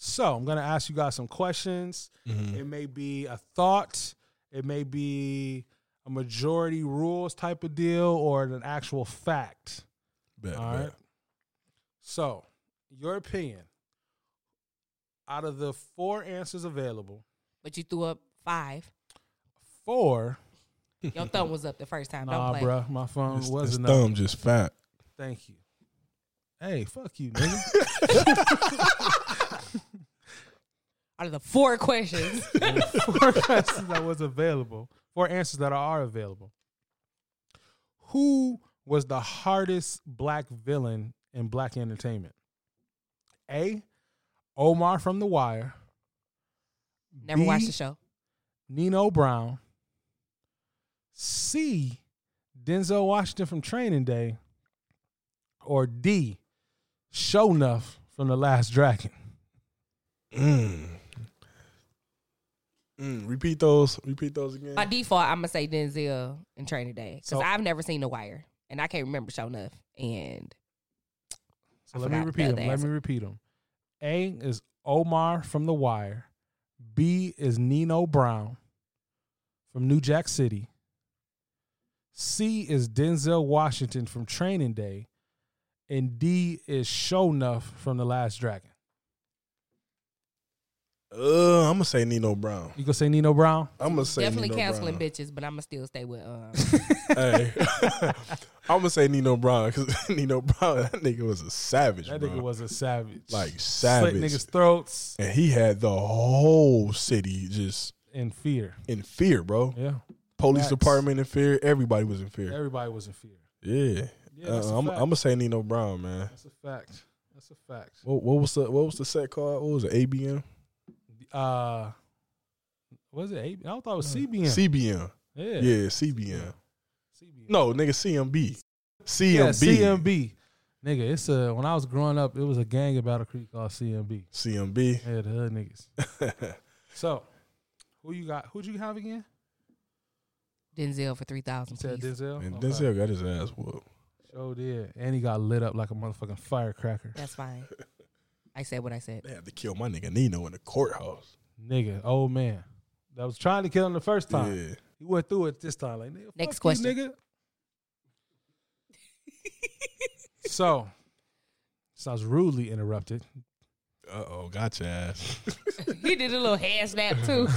So I'm going to ask you guys some questions. Mm-hmm. It may be a thought, it may be a majority rules type of deal, or an actual fact. Bet, All bet. right. So, your opinion out of the four answers available, but you threw up five. four. Your thumb was up the first time. Nah, don't play. bruh, my phone His, his wasn't up. thumb just fat. Thank you. Hey, fuck you, nigga. Out of the four questions, four answers that was available, four answers that are available. Who was the hardest black villain in black entertainment? A. Omar from The Wire, never B, watched the show. Nino Brown, C. Denzel Washington from Training Day, or D. Shownuff from The Last Dragon. Mm. Mm, repeat those. Repeat those again. By default, I'm gonna say Denzel in Training Day because So- I've never seen The Wire and I can't remember show enough. And So I let me forgot repeat the them. other Let me answer. repeat them. A is Omar from The Wire. B is Nino Brown from New Jack City. C is Denzel Washington from Training Day. And D is Shownuff from The Last Dragon. Uh, I'm gonna say Nino Brown. You gonna say Nino Brown? I'm gonna say definitely Nino canceling Brown. bitches, but I'm gonna still stay with. Um, Hey, I'm gonna say Nino Brown because Nino Brown, that nigga was a savage. That bro. nigga was a savage. Like Slit savage. niggas' throats and he had the whole city just in fear. in fear, bro. Yeah. Police Facts. department in fear. Everybody was in fear. Everybody was in fear. yeah, Yeah, that's a uh, I'm, I'm fact. gonna say Nino Brown, man. That's a fact. That's a fact. What, what was the what was the set called? What was it? ABM, Uh, was it? A- I thought it was CBN. CBN, yeah. Uh, yeah, CBN. CBN. No, E nigga, CMB, CMB, Yeah, CMB. Nigga, it's a when I was growing up, it was a gang in Battle Creek called CMB. CMB. Yeah, the hood niggas. So, who you got? Who'd you have again? Denzel for three You thousand. said Denzel. and Okay. Denzel got his ass whooped. Sure did, and he got lit up like a motherfucking firecracker. That's fine. I said what I said. They had to kill my nigga Nino in the courthouse. Nigga, old man, that was trying to kill him the first time. Yeah, He went through it this time. Like, nigga, Next fuck question. you, nigga. so, sounds rudely interrupted. uh oh, got your ass. he did a little hand snap too.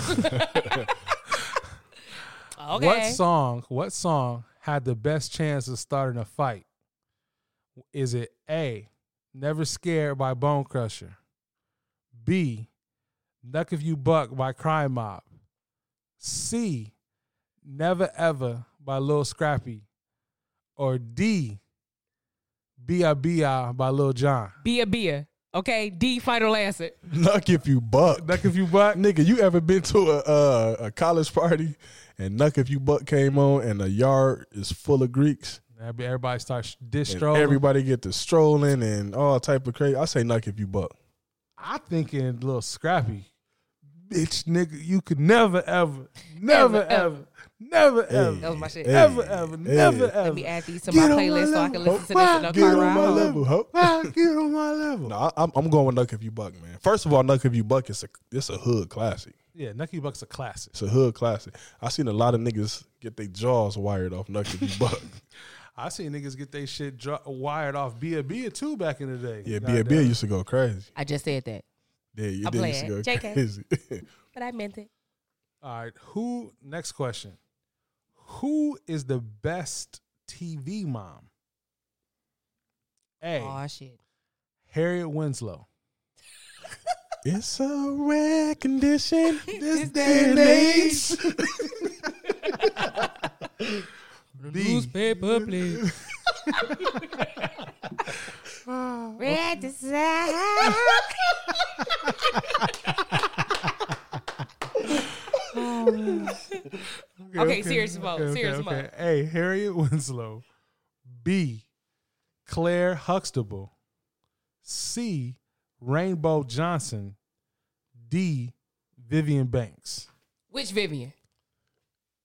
okay. What song? What song had the best chance of starting a fight? Is it A, Never Scared by Bone Crusher? B, Nuck If You Buck by Crime Mob? C, Never Ever by Lil Scrappy? Or D, B.I.B.I. by Lil John? Be a beer. Okay. D final answer. Knock if you buck. Nuck If You Buck? Nigga, you ever been to a uh, a college party and Nuck If You Buck came on and the yard is full of Greeks Everybody starts and distro. everybody get to strolling and all type of crazy. I say Nuck If You Buck. I thinking little scrappy. Bitch, nigga, you could never, ever, Ever, never, ever. ever, never, Hey, That ever, was my shit. hey, ever, ever, hey. never, ever. Let me add these to Get my on my playlist so I can level. listen to this in the Get car on ride my home. level. ho. Ah, get on my level. No, I, I'm I'm going with Nuck If You Buck, man. First of all, Nuck If You Buck is a it's a hood classic. Yeah, Nucky Buck's a classic. It's a hood classic. I seen a lot of niggas get their jaws wired off Nuck If You Buck. I seen niggas get they shit dr- wired off Bia Bia too back in the day. Yeah, Goddamn. B.A.B. used to go crazy. I just said that, Yeah, you I did play used to it. go JK. crazy. but I meant it. All right, who? Next question. Who is the best TV mom? A. Oh shit. Harriet Winslow. It's a rare condition this day and age. B. Newspaper, please. Red to south. Okay, serious vote, serious vote. A. Harriet Winslow. B. Claire Huxtable. C. Rainbow Johnson. D. Vivian Banks. Which Vivian?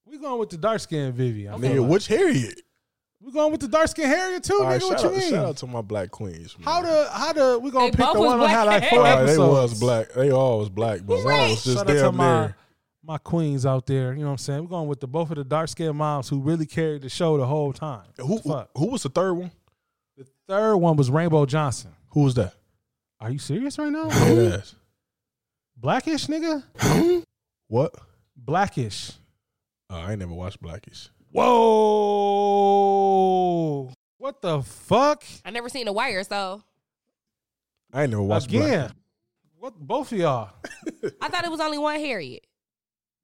We going with the dark skinned Vivian. Okay. Nigga, which Harriet? We going with the dark skinned Harriet too, All right, nigga. What shout, you out, mean? shout out to my black queens. Man. How the how the we gonna They pick both the was one on how black. like All four right, they episodes? was black. They all was black, but one was just Shout out to damn my, near. my queens out there. You know what I'm saying? We're going with the both of the dark skinned moms who really carried the show the whole time. Who, who Fuck. who was the third one? The third one was Rainbow Johnson. Who was that? Are you serious right now? Dead ass. Blackish nigga? What? Blackish. Uh, I ain't never watched Blackish. Whoa. What the fuck? I never seen The Wire, so I ain't never watched Again. What both of y'all? I thought it was only one Harriet.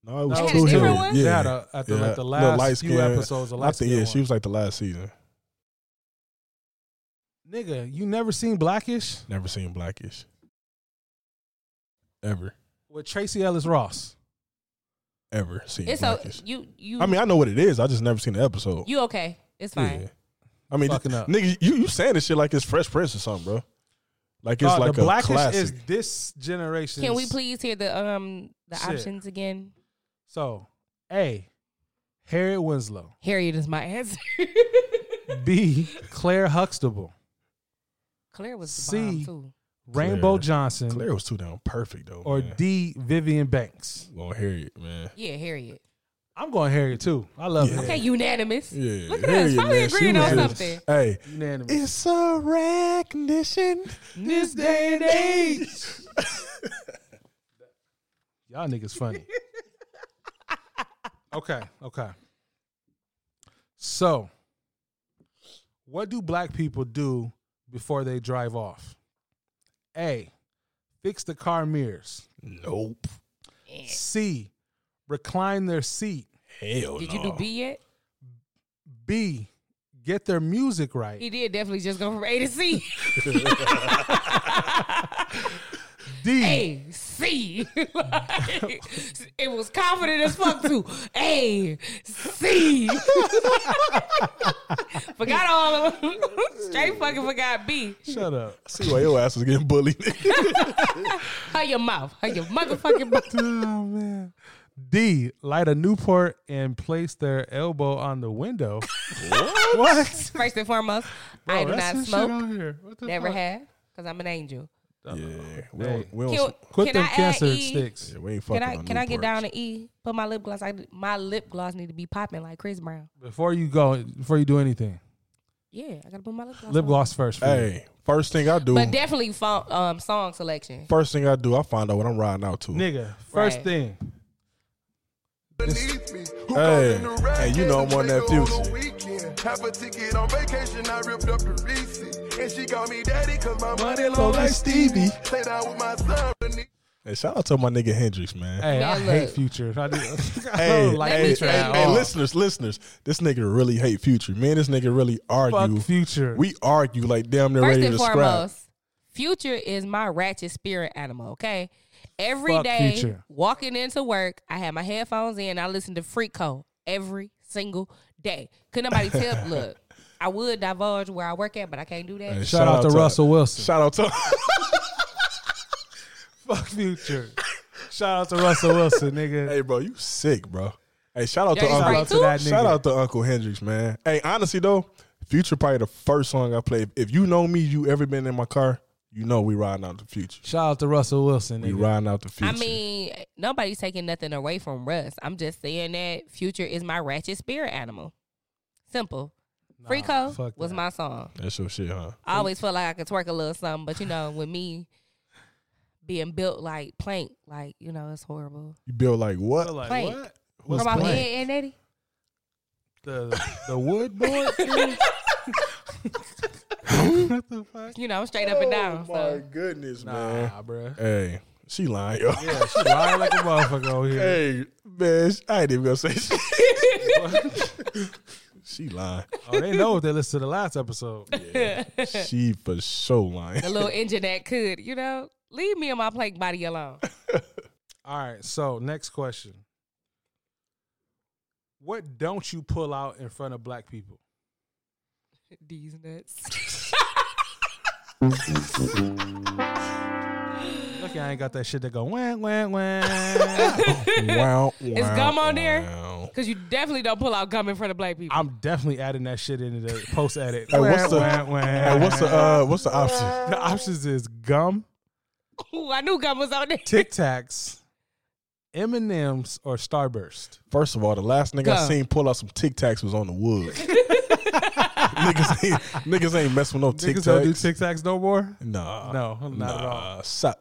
Black. No, it That was was two a different Harriet. one? Yeah, Yeah, the- uh, at the- like the last few light-skinned- episodes, the I light-skinned think, yeah, one. she was like the last season. Nigga, you never seen Blackish Never seen Blackish. Ever, with Tracy Ellis Ross? ever seen It's so Blackish. you you. I mean, I know what it is. I just never seen the episode. you okay? It's fine. Yeah. I mean, Fucking up. nigga, you, you saying this shit like it's Fresh Prince or something, bro. Like it's Dog, like Uh, the a Blackish classic. is this generation. Can we please hear the um the Shit. options again? So, A, Harriet Winslow. Harriet is my answer. B, Claire Huxtable. Claire was the C. bomb too. Rainbow Claire. Johnson. Claire was too down perfect though. Or man. D, Vivian Banks. Well, Harriet, man. Yeah, Harriet. I'm going Harriet too. I love Yeah. Harriet. Okay, unanimous. Yeah, Look at us Harriet, finally man, she agreeing was on just- something. Hey, Unanimous. it's a rare condition. this day and age. Y'all niggas funny. okay, okay. So, what do black people do before they drive off? A. Fix the car mirrors. Nope. C. Recline their seat. Hell Did no. you do B yet? B. Get their music right. He did definitely just go from A to C. D. A C. Like, it was confident as fuck too. A C. forgot all of them. Straight fucking forgot B. Shut up. See why your ass is getting bullied. Hug your mouth. Hug your motherfucking mouth. Oh man. D. Light a Newport and place their elbow on the window. what? First and foremost, I Bro, do that's not some shit smoke. on here. What the Never fuck? have. Because I'm an angel. yeah, we don't. We don't Can, Quit can them I add cancer E? sticks. yeah, we ain't fucking Can I on can I get Newports. down to E? Put my lip gloss. I, my lip gloss need to be popping like Chris Brown. Before you go, before you do anything, Yeah, I gotta put my lip gloss. lip on. gloss first. for you. Hey, first thing I do. But definitely fo- um, song selection. first thing I do, I find out what I'm riding out to. nigga. First Right. thing, Hey, and you know I'm on that future. Stevie. And shout out to my nigga Hendrix, man. hey, I Man, hate look. Future. I, do, I Hey, don't like hey, Future hey, at hey, all. listeners, listeners, this nigga really hate Future. Me and this nigga really fuck argue. Future. We argue like damn near First ready and to scrap. foremost, Future is my ratchet spirit animal. Okay, every Fuck day Future. walking into work, I had my headphones in. I listened to Freak Code every single day. Could nobody tell? look, I would divulge where I work at, but I can't do that. And Shout out to Russell Wilson. Shout out to fuck Future. Shout out to Russell Wilson, nigga. Hey bro, you sick, bro. Hey, shout out That to is Uncle right, too. that nigga. Shout out to Uncle Hendrix, man. Hey, honestly though, Future probably the first song I played. If you know me, you ever been in my car, you know we riding out the future. Shout out to Russell Wilson. We Nigga. riding out the future. I mean, nobody's taking nothing away from Russ. I'm just saying that Future is my ratchet spirit animal. Simple. Free Code fuck was that. my song. that's your shit, huh? I always felt like I could twerk a little something, but you know, with me being built like plank, like you know, it's horrible. You build like what? Like, Plank. what? Come off head, Aunt Eddie. The, the wood board? You know, I'm straight up and down. So Oh goodness, nah, bruh. Hey, she lying, yo. Yeah, she lying like a motherfucker over here. Hey, man, sh- I ain't even gonna say shit. she lying. Oh, they know if they listen to the last episode. She for sure lying. the little engine that could, you know, leave me and my plank body alone. All right, so next question. What don't you pull out in front of black people? These nuts. Look, I ain't got that shit that go wah, wah, wah. wow, Is gum on there? wow. Because you definitely don't pull out gum in front of black people. I'm definitely adding that shit into the post edit. Hey, what's the- Wah, wah, wah. Hey, what's the uh, what's the option? the options is gum, Ooh, I knew gum was on there. Tic Tacs, M and M's, or Starburst. First of all, the last nigga I Gum. seen pull out some Tic Tacs was on the wood. niggas, ain't, niggas ain't mess with no Tic Niggas don't do Tacs. Tic Tacs no more. Nah, No, not nah, at all. Suck,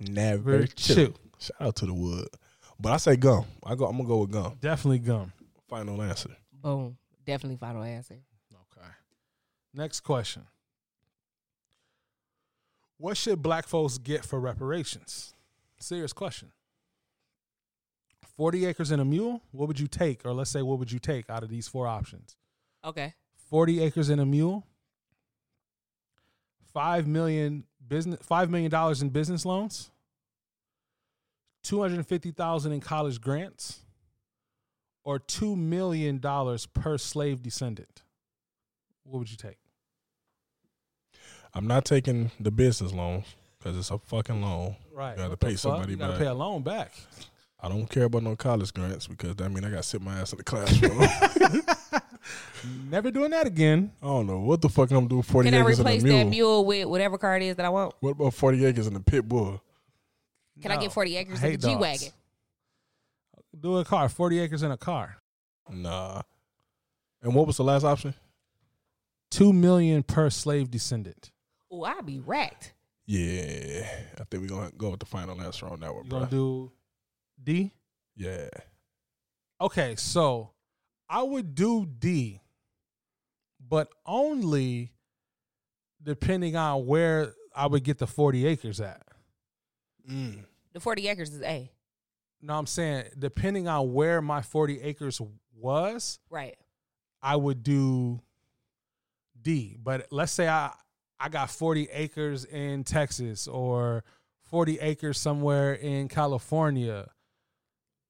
never Very chew. chew. Shout out to the wood, but I say gum. I go. I'm gonna go with gum. Definitely gum. Final answer. Boom. Definitely final answer. Okay. Next question. What should black folks get for reparations? Serious question. 40 acres and a mule, what would you take? Or let's say, what would you take out of these four options? Okay. 40 acres and a mule, $5 million, business, $5 million in business loans, 250000 in college grants, or $2 million per slave descendant. What would you take? I'm not taking the business loan because it's a fucking loan. Right. You gotta What the pay fuck? somebody You gotta back. pay a loan back. I don't care about no college grants because that mean I gotta sit my ass in the classroom. I Never doing that again. don't know what the fuck I'm doing. Forty Can I acres and a replace mule. that mule with whatever car it is that I want? What about forty acres and a pit bull? Can I No. get 40 acres I of hate the G dogs. Wagon? Do a car, 40 acres in a car. Nah. And what was the last option? 2 million per slave descendant. Ooh, I'd be racked. Yeah, I think we're gonna go with the final answer on that one, You going bro. to do D? yeah, Okay, so I would do D, but only depending on where I would get the 40 acres at. The 40 acres is A. No, I'm saying depending on where my 40 acres was, Right. I would do D. But let's say I I got 40 acres in Texas or 40 acres somewhere in California,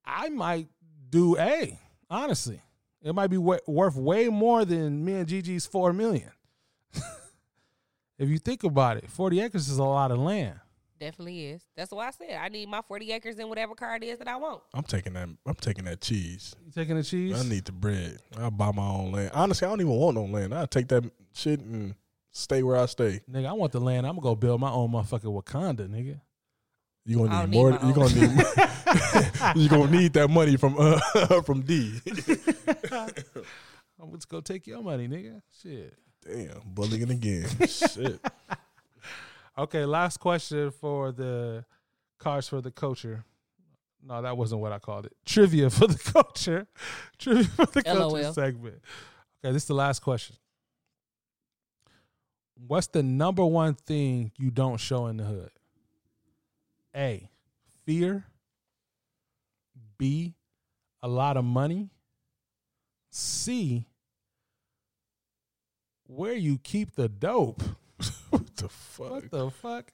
I might do A, honestly. It might be wa- worth way more than me and Gigi's 4 million. if you think about it, 40 acres is a lot of land. Definitely is. That's why I said I need my forty acres in whatever car it is that I want. I'm taking that. I'm taking that cheese. You taking the cheese? I need the bread. I'll buy my own land. Honestly, I don't even want no land. I'll take that shit and stay where I stay. Nigga, I want the land. I'm gonna go build my own motherfucking Wakanda, nigga. You gonna I'll need need more. my You own. gonna need. you gonna need that money from uh, from D. I'm just gonna take your money, nigga. Shit. Damn, bullying again. Shit. Okay, last question for the cards for the culture. No, that wasn't what I called it. Trivia for the culture. Trivia for the culture LOL. segment. Okay, this is the last question. What's the number one thing you don't show in the hood? A. Fear. B. A lot of money. C. Where you keep the dope. What the fuck? What the fuck?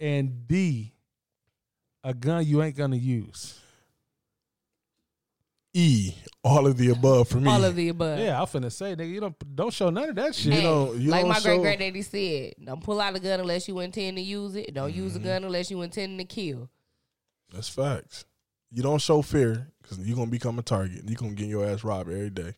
And D, a gun you ain't gonna use. E. All of the above for me. All of the above. Yeah, I'm finna say, nigga, you don't don't show none of that shit. Uh, Hey, You don't- you like don't my show- great great daddy said, don't pull out a gun unless you intend to use it. Don't use a Mm-hmm. gun unless you intend to kill. That's facts. You don't show fear because you're gonna become a target. You're gonna get your ass robbed every day.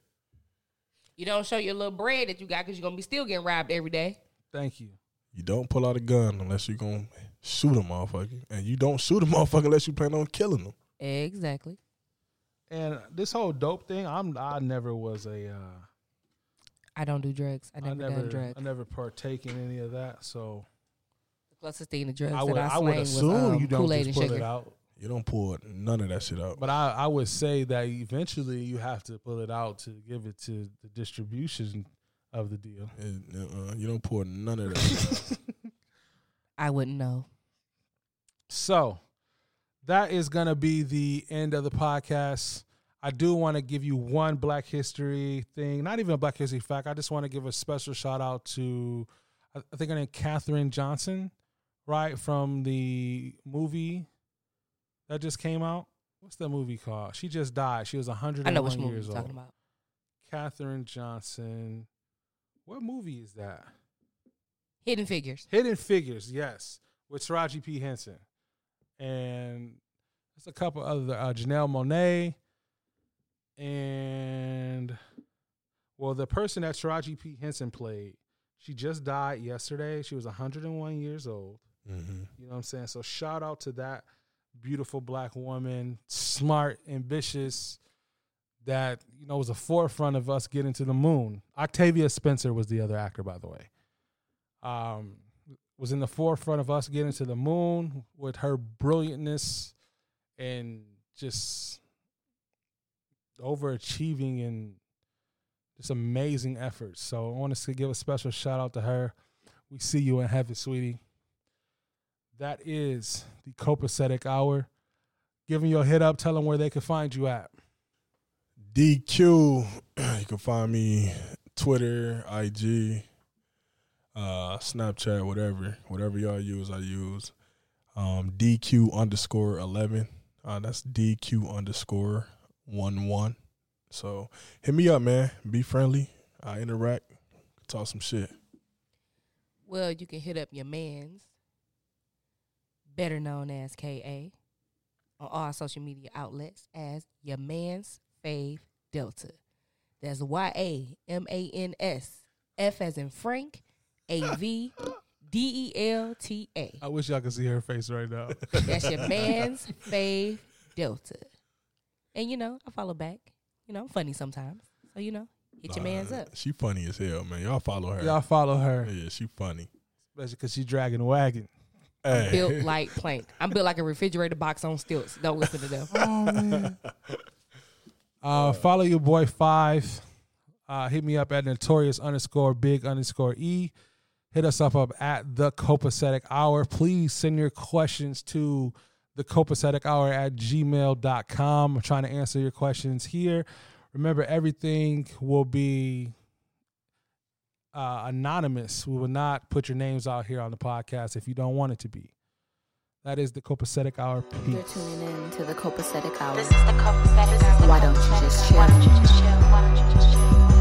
You don't show your little bread that you got because you're gonna be still getting robbed every day. Thank you. You don't pull out a gun unless you're gonna shoot a motherfucker, and you don't shoot a motherfucker unless you plan on killing them. Exactly. And this whole dope thing, I'm I never was a uh, I don't do drugs. I I never, never done drugs. I never partake in any of that. So the closest thing to drugs I would that I, I would slang assume was um, you don't Kool-Aid just and pull it sugar. out. You don't pull none of that shit out. But I, I would say that eventually you have to pull it out to give it to the distribution of the deal. And, uh, you don't pull none of that. I wouldn't know. So that is going to be the end of the podcast. I do want to give you one Black History thing, not even a Black History fact. I just want to give a special shout out to, I I think her name Catherine Johnson, right from the movie that just came out. What's that movie called? She just died. She was I 101 know which movie years you're old. talking about. Catherine Johnson. What movie is that? Hidden Figures. Hidden Figures, yes, with Taraji P. Henson, and there's a couple other uh, Janelle Monet, and well, the person that Taraji P. Henson played, she just died yesterday. She was 101 years old. mm-hmm. You know what I'm saying? So shout out to that beautiful black woman, smart, ambitious, that you know was a forefront of us getting to the moon. Octavia Spencer was the other actor, by the way. Um, was in the forefront of us getting to the moon with her brilliantness and just overachieving and just amazing efforts. So I want to give a special shout out to her. We see you in heaven, sweetie. That is the Copacetic Hour. Give them your hit up. Tell them where they can find you at. DQ. You can find me Twitter, IG, uh, Snapchat, whatever, whatever y'all use, I use. Um, DQ underscore eleven. Uh, that's DQ underscore one one. So hit me up, man. Be friendly. I interact. Talk some shit. Well, you can hit up your man's, better known as KA, on all social media outlets as your man's fave Delta. That's Y A M A N S F as in Frank, A V D E L T A. I wish y'all could see her face right now. That's your man's fave Delta. And you know, I follow back. You know, I'm funny sometimes. So, you know, hit your man's Nah, up. She funny as hell, man. Y'all follow her. y'all follow her, Yeah, she funny. especially because she's dragging a wagon. Hey. Built like plank. I'm built like a refrigerator box on stilts. Don't listen to them. Uh, follow your boy Five. Uh, hit me up at notorious underscore big underscore e. Hit us up up at the copacetic hour. Please send your questions to the copacetic hour at gmail.com. I'm trying to answer your questions here. Remember, everything will be uh, anonymous. We will not put your names out here on the podcast if you don't want it to be. That is the Copacetic Hour. You're Peace. tuning in to the Copacetic Hour. This is the Copacetic Hour. Why don't you just chill? Why don't you just chill? Why don't you just chill?